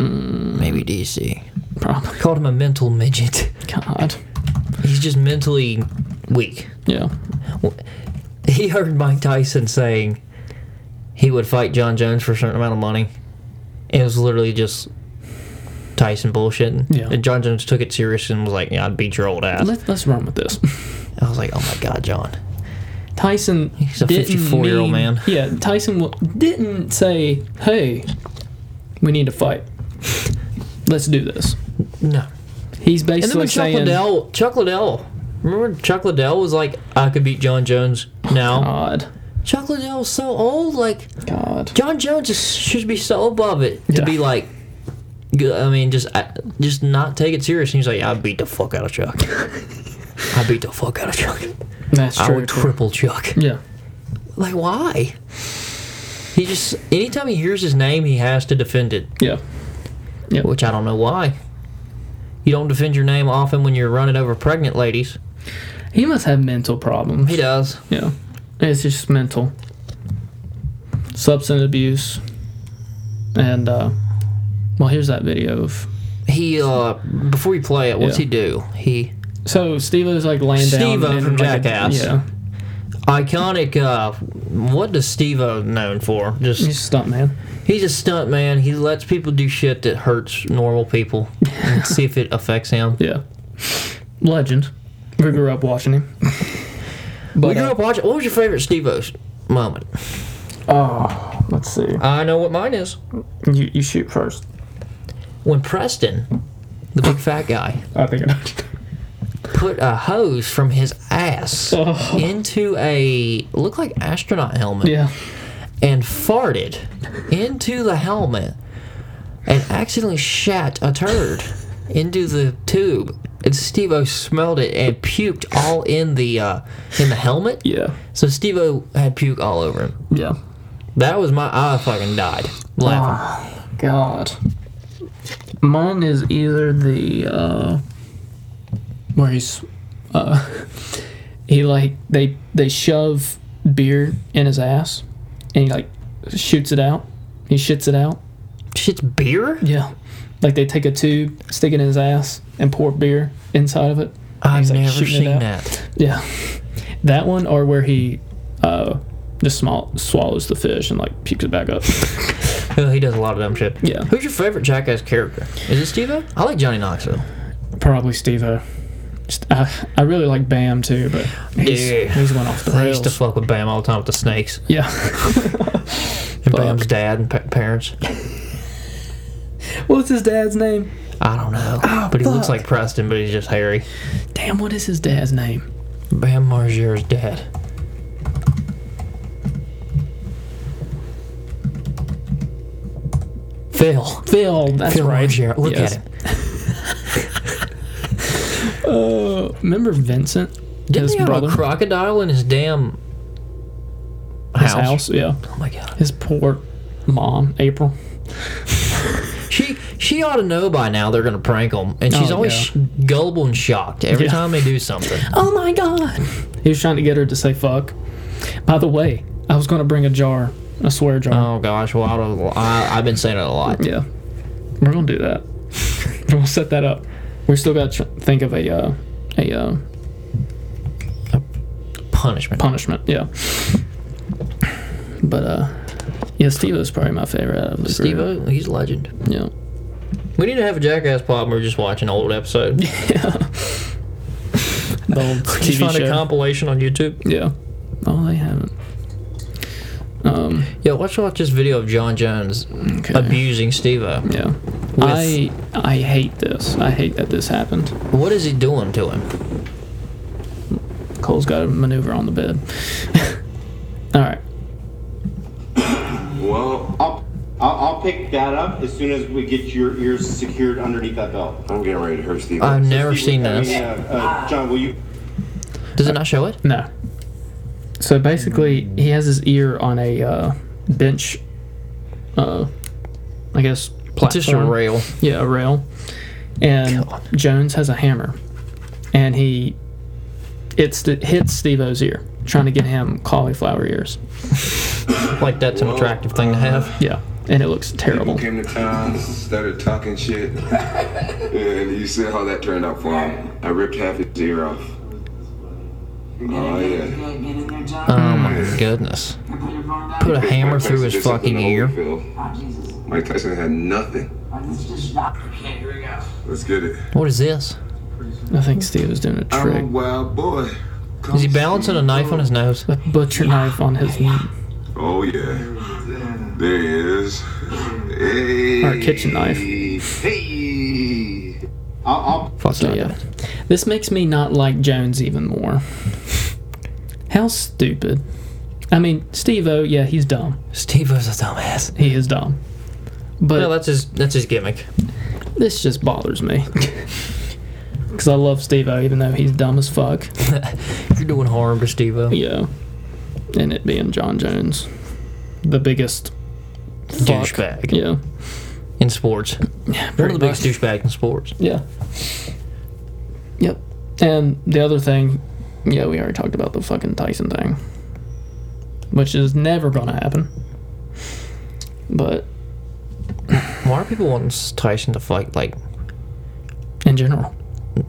Speaker 2: Maybe DC
Speaker 1: Probably.
Speaker 2: called him a mental midget.
Speaker 1: God.
Speaker 2: He's just mentally weak.
Speaker 1: Yeah.
Speaker 2: He heard Mike Tyson saying he would fight John Jones for a certain amount of money. It was literally just Tyson bullshitting.
Speaker 1: Yeah.
Speaker 2: And John Jones took it serious and was like, "Yeah, I'd beat your old ass."
Speaker 1: Let's let's run with this.
Speaker 2: I was like, "Oh my god, John."
Speaker 1: Tyson
Speaker 2: a
Speaker 1: didn't
Speaker 2: 54-year-old
Speaker 1: mean-
Speaker 2: man.
Speaker 1: Yeah, Tyson w- didn't say, "Hey, we need to fight. Let's do this."
Speaker 2: No.
Speaker 1: He's
Speaker 2: And then
Speaker 1: basically
Speaker 2: when Chuck
Speaker 1: saying,
Speaker 2: Liddell, Chuck Liddell, remember when Chuck Liddell was like, I could beat John Jones now.
Speaker 1: "God,
Speaker 2: Chuck Liddell's so old, like
Speaker 1: God,
Speaker 2: John Jones is, should be so above it to
Speaker 1: Yeah.
Speaker 2: be like, g- I mean, just I, just not take it serious. And he's like, I beat the fuck out of Chuck. I beat the fuck out of Chuck.
Speaker 1: that's
Speaker 2: I
Speaker 1: true."
Speaker 2: would cripple Chuck.
Speaker 1: yeah,
Speaker 2: Like why? He just anytime he hears his name, he has to defend it,
Speaker 1: yeah,
Speaker 2: which I don't know why. You don't defend your name often when you're running over pregnant ladies.
Speaker 1: he must have mental problems.
Speaker 2: He does.
Speaker 1: Yeah, it's just mental, substance abuse, and uh, well, here's that video of.
Speaker 2: He uh before you play it, what's
Speaker 1: Yeah.
Speaker 2: he do? He
Speaker 1: So Steve was like laying down.
Speaker 2: Steve-O
Speaker 1: in,
Speaker 2: from
Speaker 1: like, a-
Speaker 2: Jackass.
Speaker 1: Yeah,
Speaker 2: iconic uh what does Steve O known for?
Speaker 1: he's
Speaker 2: Just
Speaker 1: a stunt man.
Speaker 2: he's a stunt man. He lets people do shit that hurts normal people and see if it affects him.
Speaker 1: Yeah. Legend. We grew up watching him.
Speaker 2: We
Speaker 1: But,
Speaker 2: grew
Speaker 1: uh,
Speaker 2: up watching what was your favorite Steve O's moment?
Speaker 1: Oh, let's see.
Speaker 2: I know what mine is.
Speaker 1: You, you shoot first.
Speaker 2: When Preston, the big fat guy,
Speaker 1: I think I know.
Speaker 2: put a hose from his ass into a looked like astronaut helmet.
Speaker 1: Oh, Yeah.
Speaker 2: and farted into the helmet and accidentally shat a turd into the tube. And Steve O smelled it and puked all in the uh, in the helmet.
Speaker 1: Yeah.
Speaker 2: So Steve O had puke all over him.
Speaker 1: Yeah.
Speaker 2: That was my I fucking died laughing.
Speaker 1: Ah, God. Mine is either the, uh, where he's, uh, he like, they, they shove beer in his ass and he like shoots it out. He shits it out.
Speaker 2: shit's beer?
Speaker 1: Yeah. Like they take a tube, stick it in his ass, and pour beer inside of it.
Speaker 2: I've
Speaker 1: He's, like,
Speaker 2: never
Speaker 1: shooting it
Speaker 2: seen
Speaker 1: out.
Speaker 2: that.
Speaker 1: Yeah. That one or where he uh just small swallows the fish and like pukes it back up.
Speaker 2: Oh, he does a lot of dumb shit.
Speaker 1: Yeah.
Speaker 2: Who's your favorite Jackass character? Is it Steve I like Johnny Knoxville.
Speaker 1: Probably Steve O. I, I really like Bam too, but he's,
Speaker 2: Yeah.
Speaker 1: he's went off the
Speaker 2: I used to
Speaker 1: rails.
Speaker 2: fuck with Bam all the time with the snakes
Speaker 1: Yeah.
Speaker 2: and Bam's dad and pa- parents.
Speaker 1: What's his dad's name?
Speaker 2: I don't know,
Speaker 1: Oh,
Speaker 2: but he looks like Preston, but he's just hairy.
Speaker 1: Damn, what is his dad's name?
Speaker 2: Bam Margier's dad. Phil.
Speaker 1: Phil. That's
Speaker 2: Phil
Speaker 1: right.
Speaker 2: Margier. Look
Speaker 1: Yes.
Speaker 2: at him.
Speaker 1: Uh, remember Vincent?
Speaker 2: Didn't
Speaker 1: his
Speaker 2: he have
Speaker 1: brother.
Speaker 2: a crocodile in his damn
Speaker 1: his
Speaker 2: house?
Speaker 1: house. Yeah.
Speaker 2: Oh my god.
Speaker 1: His poor mom, April.
Speaker 2: She she ought to know by now they're gonna prank him, and she's
Speaker 1: Oh,
Speaker 2: always
Speaker 1: yeah.
Speaker 2: sh- gullible and shocked every
Speaker 1: Yeah.
Speaker 2: time they do something.
Speaker 1: Oh my god. He was trying to get her to say fuck. By the way, I was going to bring a jar, a swear jar.
Speaker 2: Oh gosh, well I don't, I, I've been saying it a lot.
Speaker 1: Yeah. We're going to do that. We're going to set that up. We still got to tr- think of a uh, a uh,
Speaker 2: Punishment.
Speaker 1: punishment. Yeah. But uh yeah, Steve is probably my favorite out of the
Speaker 2: Steve,
Speaker 1: group.
Speaker 2: he's a legend.
Speaker 1: Yeah.
Speaker 2: We need to have a jackass pod. We're just watching an old episode.
Speaker 1: The old
Speaker 2: Just
Speaker 1: TV
Speaker 2: find a
Speaker 1: show.
Speaker 2: compilation on YouTube.
Speaker 1: yeah. Oh, they haven't. Um
Speaker 2: Yeah, let's watch this video of John Jones abusing Steve.
Speaker 1: yeah. I I hate this. I hate that this happened.
Speaker 2: What is he doing to him?
Speaker 1: Cole's got to maneuver on the bed. All right.
Speaker 5: Well,
Speaker 6: I'll, I'll, I'll pick that up as soon as we get your ears secured underneath that belt.
Speaker 5: I'm getting ready to hurt Steve.
Speaker 2: I've never
Speaker 6: Steve,
Speaker 2: seen
Speaker 6: I mean,
Speaker 2: this.
Speaker 6: uh, uh, John, will you?
Speaker 2: Does it not show it?
Speaker 1: No. So basically, he has his ear on a uh, bench. Uh, I guess platform.
Speaker 2: It's just a rail.
Speaker 1: Yeah, a rail. And
Speaker 2: God.
Speaker 1: Jones has a hammer, and he it's the, hits Steve-O's ear, trying to get him cauliflower ears.
Speaker 2: Like that's an attractive thing to have.
Speaker 1: Yeah, and it looks terrible.
Speaker 5: Came to town, started talking shit, and you see how that turned out for him. I ripped half his ear off. Oh yeah.
Speaker 7: Good, get in there, John.
Speaker 2: Oh my goodness.
Speaker 7: And put your phone down.
Speaker 2: Put a hammer through his
Speaker 5: Mike Tyson did
Speaker 2: fucking
Speaker 5: something to
Speaker 2: ear.
Speaker 5: Holyfield.
Speaker 7: Oh, Jesus.
Speaker 5: Mike Tyson had nothing.
Speaker 7: Oh, this is just not. Okay, here we go.
Speaker 5: Let's get it.
Speaker 2: What is this?
Speaker 1: I think Steve is doing a
Speaker 5: I'm a
Speaker 1: trick.
Speaker 5: wild boy. Come
Speaker 2: Is he balancing a knife on his nose?
Speaker 1: A butcher knife on his knee,
Speaker 5: see- Oh yeah. There he is. Hey.
Speaker 1: or a kitchen knife.
Speaker 5: Hey.
Speaker 6: I'll, I'll
Speaker 2: Fuck
Speaker 1: So yeah, this makes me not like Jones even more. How stupid! I mean, Steve-O, yeah, he's dumb.
Speaker 2: Steve was a dumbass.
Speaker 1: He is dumb. But
Speaker 2: No, that's his that's his gimmick.
Speaker 1: this just bothers me. Because I love Steve-O, even though he's dumb as fuck.
Speaker 2: You're doing harm to Steve
Speaker 1: Yeah. And it being John Jones. The biggest fuck.
Speaker 2: douchebag
Speaker 1: Yeah.
Speaker 2: in sports. One of the biggest douchebags in sports.
Speaker 1: Yeah. Yep. And the other thing, yeah, we already talked about the fucking Tyson thing. Which is never gonna happen. But
Speaker 2: Why are people wanting Tyson to fight like
Speaker 1: in general.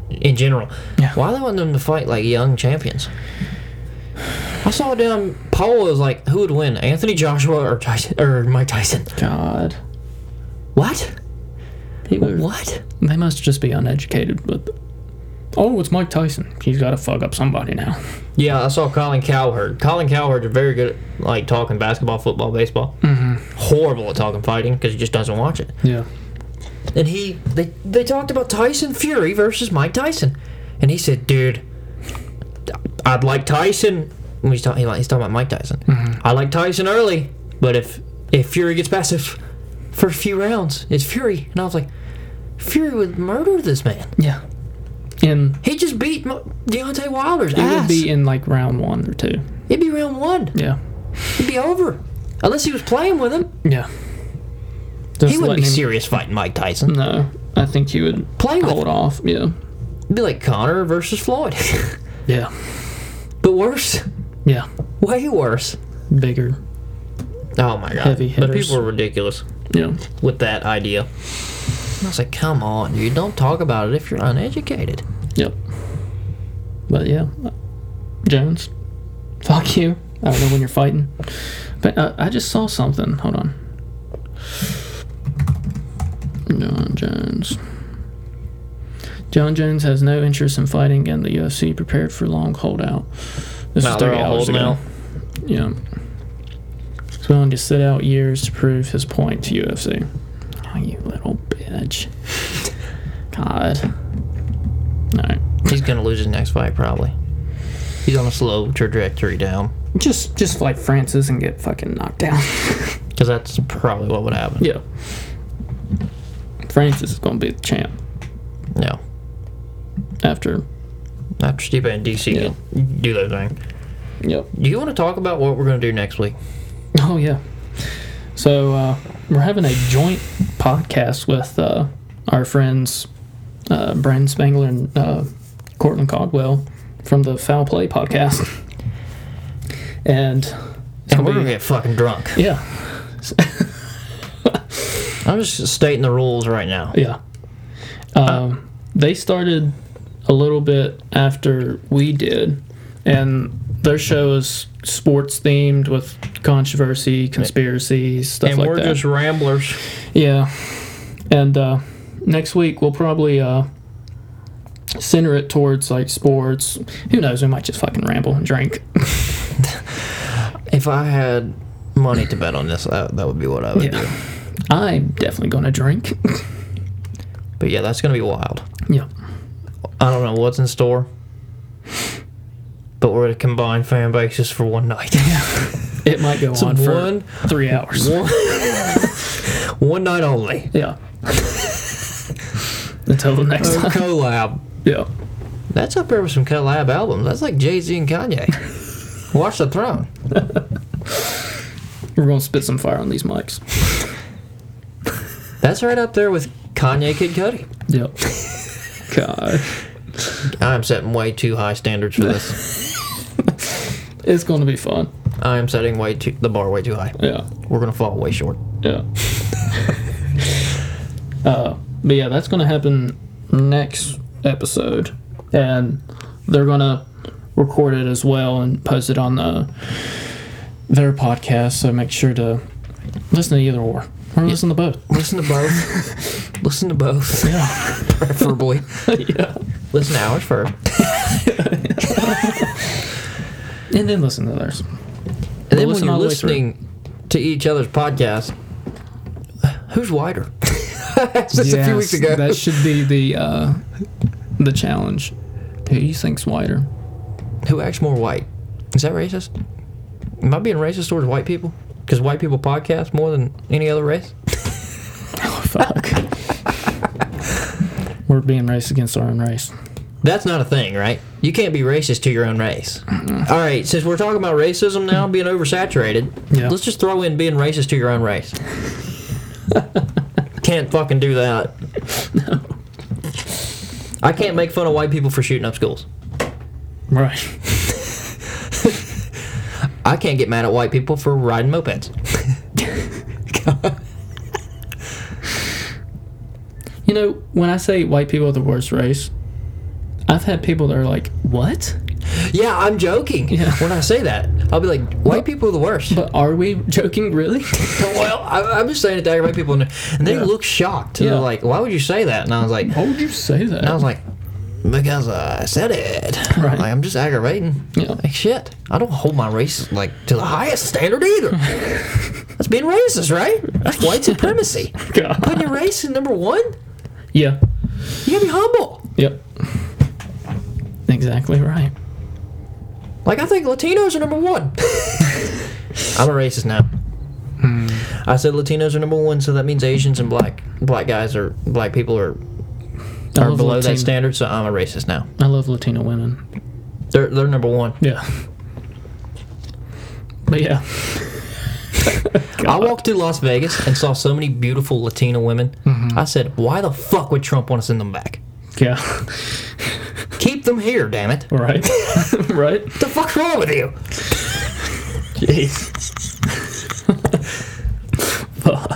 Speaker 2: in general?
Speaker 1: Yeah.
Speaker 2: Why they want them to fight like young champions? I saw a damn poll it was like who would win, Anthony Joshua or Tyson or Mike Tyson?
Speaker 1: God.
Speaker 2: What?
Speaker 1: People
Speaker 2: What?
Speaker 1: They must just be uneducated with Oh, it's Mike Tyson. He's gotta fuck up somebody now.
Speaker 2: Yeah, I saw Colin Cowherd. Colin Cowherd's very good at like talking basketball, football, baseball. Mm-hmm. Horrible at talking fighting because he just doesn't watch it.
Speaker 1: Yeah.
Speaker 2: And he they they talked about Tyson Fury versus Mike Tyson, and he said, "Dude, I'd like Tyson." When he's talking, he like- he's talking about Mike Tyson.
Speaker 1: Mm-hmm.
Speaker 2: I like Tyson early, but if if Fury gets passive for a few rounds, it's Fury. And I was like, Fury would murder this man.
Speaker 1: Yeah. And
Speaker 2: He just beat Mo- Deontay Wilder's
Speaker 1: it
Speaker 2: ass.
Speaker 1: would be in like round one or two.
Speaker 2: It'd be round one.
Speaker 1: Yeah.
Speaker 2: It'd be over. Unless he was playing with him,
Speaker 1: Yeah. Just
Speaker 2: he wouldn't be
Speaker 1: letting him-
Speaker 2: serious fighting Mike Tyson.
Speaker 1: No, I think he would
Speaker 2: Play with
Speaker 1: hold
Speaker 2: him.
Speaker 1: off. Yeah.
Speaker 2: It'd be like Connor versus Floyd,
Speaker 1: Yeah.
Speaker 2: but worse,
Speaker 1: Yeah.
Speaker 2: way worse.
Speaker 1: Bigger.
Speaker 2: Oh my god.
Speaker 1: Heavy
Speaker 2: but
Speaker 1: hitters.
Speaker 2: people are ridiculous
Speaker 1: You know,
Speaker 2: with that idea. And I was like, come on, you don't talk about it if you're uneducated.
Speaker 1: Yep. But yeah, Jones, fuck you. I don't know when you're fighting, but uh, I just saw something. Hold on. John Jones. John Jones has no interest in fighting, and the UFC prepared for long holdout. This
Speaker 2: Wow,
Speaker 1: is
Speaker 2: they're
Speaker 1: thirty
Speaker 2: all
Speaker 1: hours
Speaker 2: old
Speaker 1: ago.
Speaker 2: now.
Speaker 1: Yeah. He's willing to sit out years to prove his point to UFC. Oh, you little bitch. God. All right.
Speaker 2: He's gonna lose his next fight probably. He's on a slow trajectory down.
Speaker 1: Just just like Francis and get fucking knocked down.
Speaker 2: Because that's probably what would happen.
Speaker 1: yeah. Francis is gonna be the champ
Speaker 2: No.
Speaker 1: after.
Speaker 2: After Stipe and DC
Speaker 1: Yeah.
Speaker 2: can do their thing.
Speaker 1: Yep.
Speaker 2: Do you want to talk about what we're going to do next week?
Speaker 1: Oh yeah. So uh, we're having a joint podcast with uh, our friends uh, Brandon Spangler and uh, Cortland Cogwell from the Foul Play podcast, and it's
Speaker 2: And
Speaker 1: gonna
Speaker 2: we're going to
Speaker 1: be
Speaker 2: get fucking drunk.
Speaker 1: yeah
Speaker 2: I'm just stating the rules right now.
Speaker 1: yeah. Um, they started a little bit after we did, and their show is sports themed with controversy, conspiracies, stuff
Speaker 2: And
Speaker 1: like
Speaker 2: we're
Speaker 1: that.
Speaker 2: just ramblers.
Speaker 1: Yeah. And uh, next week we'll probably uh, center it towards like sports. Who knows? We might just fucking ramble and drink.
Speaker 2: If I had money to bet on this, uh, that would be what I would do.
Speaker 1: Yeah. I'm definitely gonna drink.
Speaker 2: But yeah, that's going to be wild.
Speaker 1: yeah.
Speaker 2: I don't know what's in store. But we're going to combine fan bases for one night.
Speaker 1: It might go on for
Speaker 2: one-
Speaker 1: three hours.
Speaker 2: one, one night only.
Speaker 1: Yeah. Until the next time.
Speaker 2: collab.
Speaker 1: Yeah.
Speaker 2: That's up there with some collab albums. That's like Jay Z and Kanye. Watch the throne.
Speaker 1: We're gonna spit some fire on these mics.
Speaker 2: That's right up there with Kanye Kid Cudi.
Speaker 1: Yep. God.
Speaker 2: I'm setting way too high standards for this.
Speaker 1: It's gonna be fun.
Speaker 2: I am setting way too the bar way too high.
Speaker 1: Yeah.
Speaker 2: We're gonna fall way short.
Speaker 1: Yeah. uh, but yeah, that's going to happen next episode, and they're going to record it as well and post it on the their podcast. So make sure to listen to either or, or listen to both.
Speaker 2: Listen to both. Listen to both,
Speaker 1: Yeah.
Speaker 2: preferably. Listen to ours first,
Speaker 1: and then listen to theirs.
Speaker 2: and then when
Speaker 1: listen
Speaker 2: you're
Speaker 1: all the way through.
Speaker 2: listening to each other's podcast, who's wider? Just a few weeks ago.
Speaker 1: that should be the uh, the challenge. Who you think's whiter?
Speaker 2: Who acts more white? Is that racist? Am I being racist towards white people? Because white people podcast more than any other race.
Speaker 1: Oh fuck. We're being racist against our own race.
Speaker 2: That's not a thing, right? You can't be racist to your own race. All right, since we're talking about racism now being oversaturated,
Speaker 1: Yeah.
Speaker 2: let's just throw in being racist to your own race. can't fucking do that. I can't make fun of white people for shooting up schools.
Speaker 1: Right.
Speaker 2: I can't get mad at white people for riding mopeds.
Speaker 1: You know, when I say white people are the worst race, I've had people that are like, "What?"
Speaker 2: Yeah, I'm joking.
Speaker 1: Yeah.
Speaker 2: When I say that, I'll be like, white people are the worst.
Speaker 1: But are we joking, really?
Speaker 2: well, I, I'm just saying it to aggravate people, and and they
Speaker 1: Yeah.
Speaker 2: look shocked.
Speaker 1: Yeah.
Speaker 2: They're like, why would you say that? And I was like,
Speaker 1: Why would you say that?
Speaker 2: And I was like, because I said it.
Speaker 1: Right.
Speaker 2: Like, I'm just aggravating.
Speaker 1: Yeah.
Speaker 2: Like, shit. I don't hold my race like to the highest standard either. That's being racist, right? That's white supremacy.
Speaker 1: God.
Speaker 2: Putting your race in number one.
Speaker 1: yeah,
Speaker 2: You gotta be humble.
Speaker 1: yep, exactly right.
Speaker 2: Like I think Latinos are number one. I'm a racist now.
Speaker 1: Hmm.
Speaker 2: I said Latinos are number one, so that means Asians and black black guys are black people are
Speaker 1: I
Speaker 2: are
Speaker 1: love
Speaker 2: below
Speaker 1: Latino-
Speaker 2: that standard. So I'm a racist now.
Speaker 1: I love Latino women.
Speaker 2: They're they're number one.
Speaker 1: Yeah, but yeah,
Speaker 2: I walked through Las Vegas and saw so many beautiful Latina women. I said, why the fuck would Trump want to send them back?
Speaker 1: yeah,
Speaker 2: Keep them here, damn it. What
Speaker 1: right, right.
Speaker 2: the fuck's wrong with you?
Speaker 1: Jeez.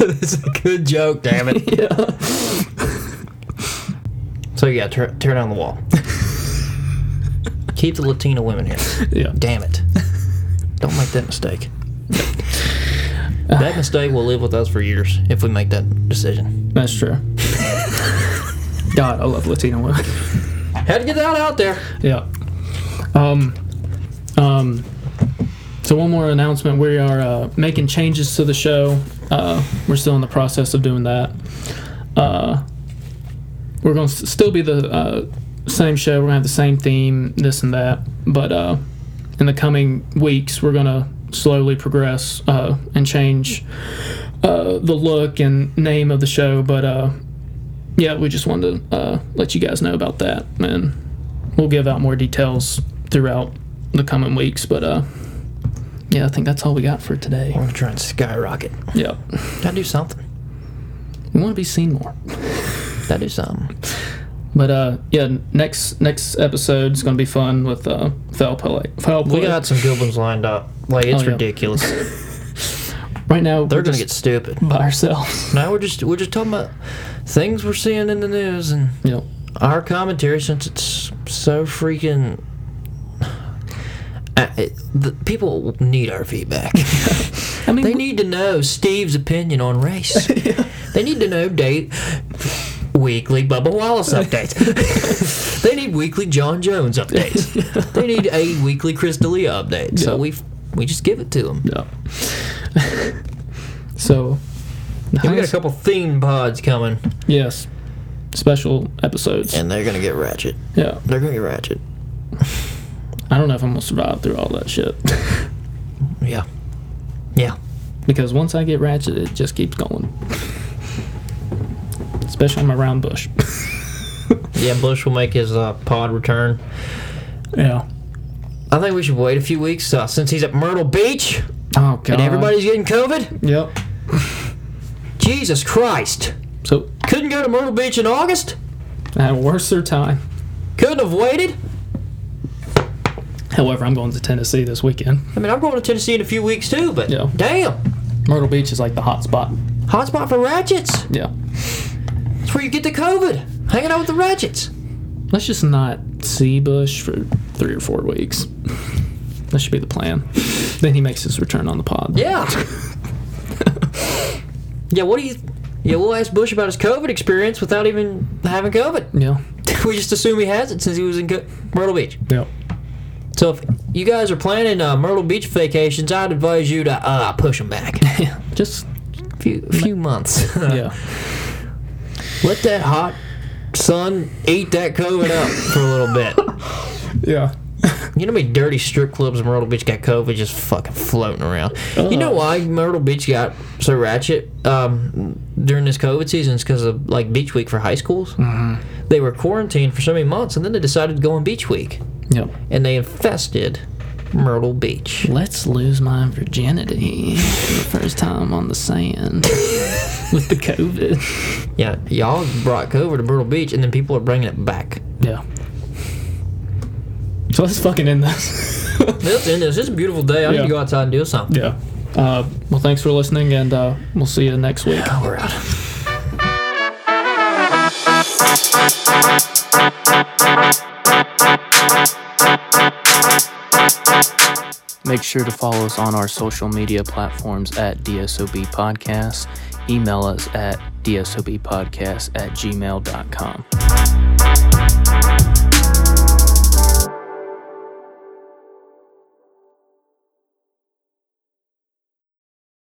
Speaker 2: it's a good joke, damn it.
Speaker 1: Yeah.
Speaker 2: So yeah, tear, tear down the wall. Keep the Latina women here.
Speaker 1: Yeah.
Speaker 2: Damn it! Don't make that mistake. that mistake will live with us for years if we make that decision.
Speaker 1: That's true. God, I love Latino women.
Speaker 2: Had to get that out there.
Speaker 1: Yeah. Um, um, so one more announcement. We are uh, making changes to the show. Uh, we're still in the process of doing that. Uh, we're going to still be the uh, same show. We're going to have the same theme, this and that. But uh, in the coming weeks, we're going to slowly progress uh, and change uh, the look and name of the show. But uh, yeah, we just wanted to uh, let you guys know about that. And we'll give out more details throughout the coming weeks. But uh, yeah, I think that's all we got for today.
Speaker 2: I'm trying to skyrocket.
Speaker 1: Yeah,
Speaker 2: Gotta do something.
Speaker 1: we want to be seen more.
Speaker 2: Gotta do something.
Speaker 1: But uh, yeah, next next episode's gonna be fun with uh, foul play. Foul play.
Speaker 2: We got some good ones lined up. Like it's
Speaker 1: Oh, yeah.
Speaker 2: ridiculous.
Speaker 1: right now.
Speaker 2: They're
Speaker 1: we're
Speaker 2: gonna
Speaker 1: just
Speaker 2: get stupid.
Speaker 1: by ourselves.
Speaker 2: Now we're just we're just talking about things we're seeing in the news and
Speaker 1: yeah,
Speaker 2: our commentary since it's so freaking I, it, the people need our feedback.
Speaker 1: I mean,
Speaker 2: they need to know Steve's opinion on race. They need to know date weekly Bubba Wallace updates. they need weekly John Jones updates. they need a weekly Chris D'Elia update. So
Speaker 1: Yeah.
Speaker 2: we we just give it to them.
Speaker 1: yeah. so.
Speaker 2: we got a couple theme pods coming,
Speaker 1: Yes, special episodes.
Speaker 2: and they're gonna get ratchet.
Speaker 1: yeah,
Speaker 2: They're gonna get ratchet.
Speaker 1: I don't know if I'm gonna survive through all that shit
Speaker 2: Yeah, yeah.
Speaker 1: because once I get ratchet, it just keeps going. Especially when I'm around Bush.
Speaker 2: Yeah, Bush will make his uh, pod return.
Speaker 1: Yeah.
Speaker 2: I think we should wait a few weeks uh, since he's at Myrtle Beach
Speaker 1: Oh god.
Speaker 2: and everybody's getting COVID.
Speaker 1: Yep.
Speaker 2: Jesus Christ!
Speaker 1: So
Speaker 2: Couldn't go to Myrtle Beach in August.
Speaker 1: I had a worser time.
Speaker 2: Couldn't have waited.
Speaker 1: However, I'm going to Tennessee this weekend.
Speaker 2: I mean, I'm going to Tennessee in a few weeks too, but
Speaker 1: Yeah.
Speaker 2: damn,
Speaker 1: Myrtle Beach is like the hot spot.
Speaker 2: hot spot for ratchets.
Speaker 1: Yeah.
Speaker 2: That's where you get the COVID. Hanging out with the ratchets.
Speaker 1: Let's just not see Bush for three or four weeks. That should be the plan. Then he makes his return on the pod.
Speaker 2: Yeah. yeah. What do you? Yeah, we'll ask Bush about his COVID experience without even having COVID.
Speaker 1: Yeah.
Speaker 2: We just assume he has it since he was in Co- Myrtle Beach.
Speaker 1: Yeah.
Speaker 2: So if you guys are planning uh, Myrtle Beach vacations, I'd advise you to uh, push them back a
Speaker 1: Just uh,
Speaker 2: few, few months.
Speaker 1: yeah.
Speaker 2: Let that hot sun eat that COVID up for a little bit.
Speaker 1: Yeah.
Speaker 2: You know how many dirty strip clubs in Myrtle Beach got COVID just fucking floating around? You know
Speaker 1: Ugh.
Speaker 2: why Myrtle Beach got so ratchet um, during this COVID season? It's because of like beach week for high schools. They were quarantined for so many months and then they decided to go on beach week
Speaker 1: Yep.
Speaker 2: and they infested Myrtle Beach.
Speaker 1: Let's lose my virginity for the first time on the sand with the COVID.
Speaker 2: Yeah, y'all brought COVID to Myrtle Beach, and then people are bringing it back.
Speaker 1: Yeah. So let's fucking end this.
Speaker 2: That's in this. It's a beautiful day. I need
Speaker 1: Yeah.
Speaker 2: to go outside and do something.
Speaker 1: Yeah. Uh, well, thanks for listening, and uh, we'll see you next week.
Speaker 2: We're out.
Speaker 8: Make sure to follow us on our social media platforms at DSOB Podcast. Email us at DSOBpodcast at gmail.com.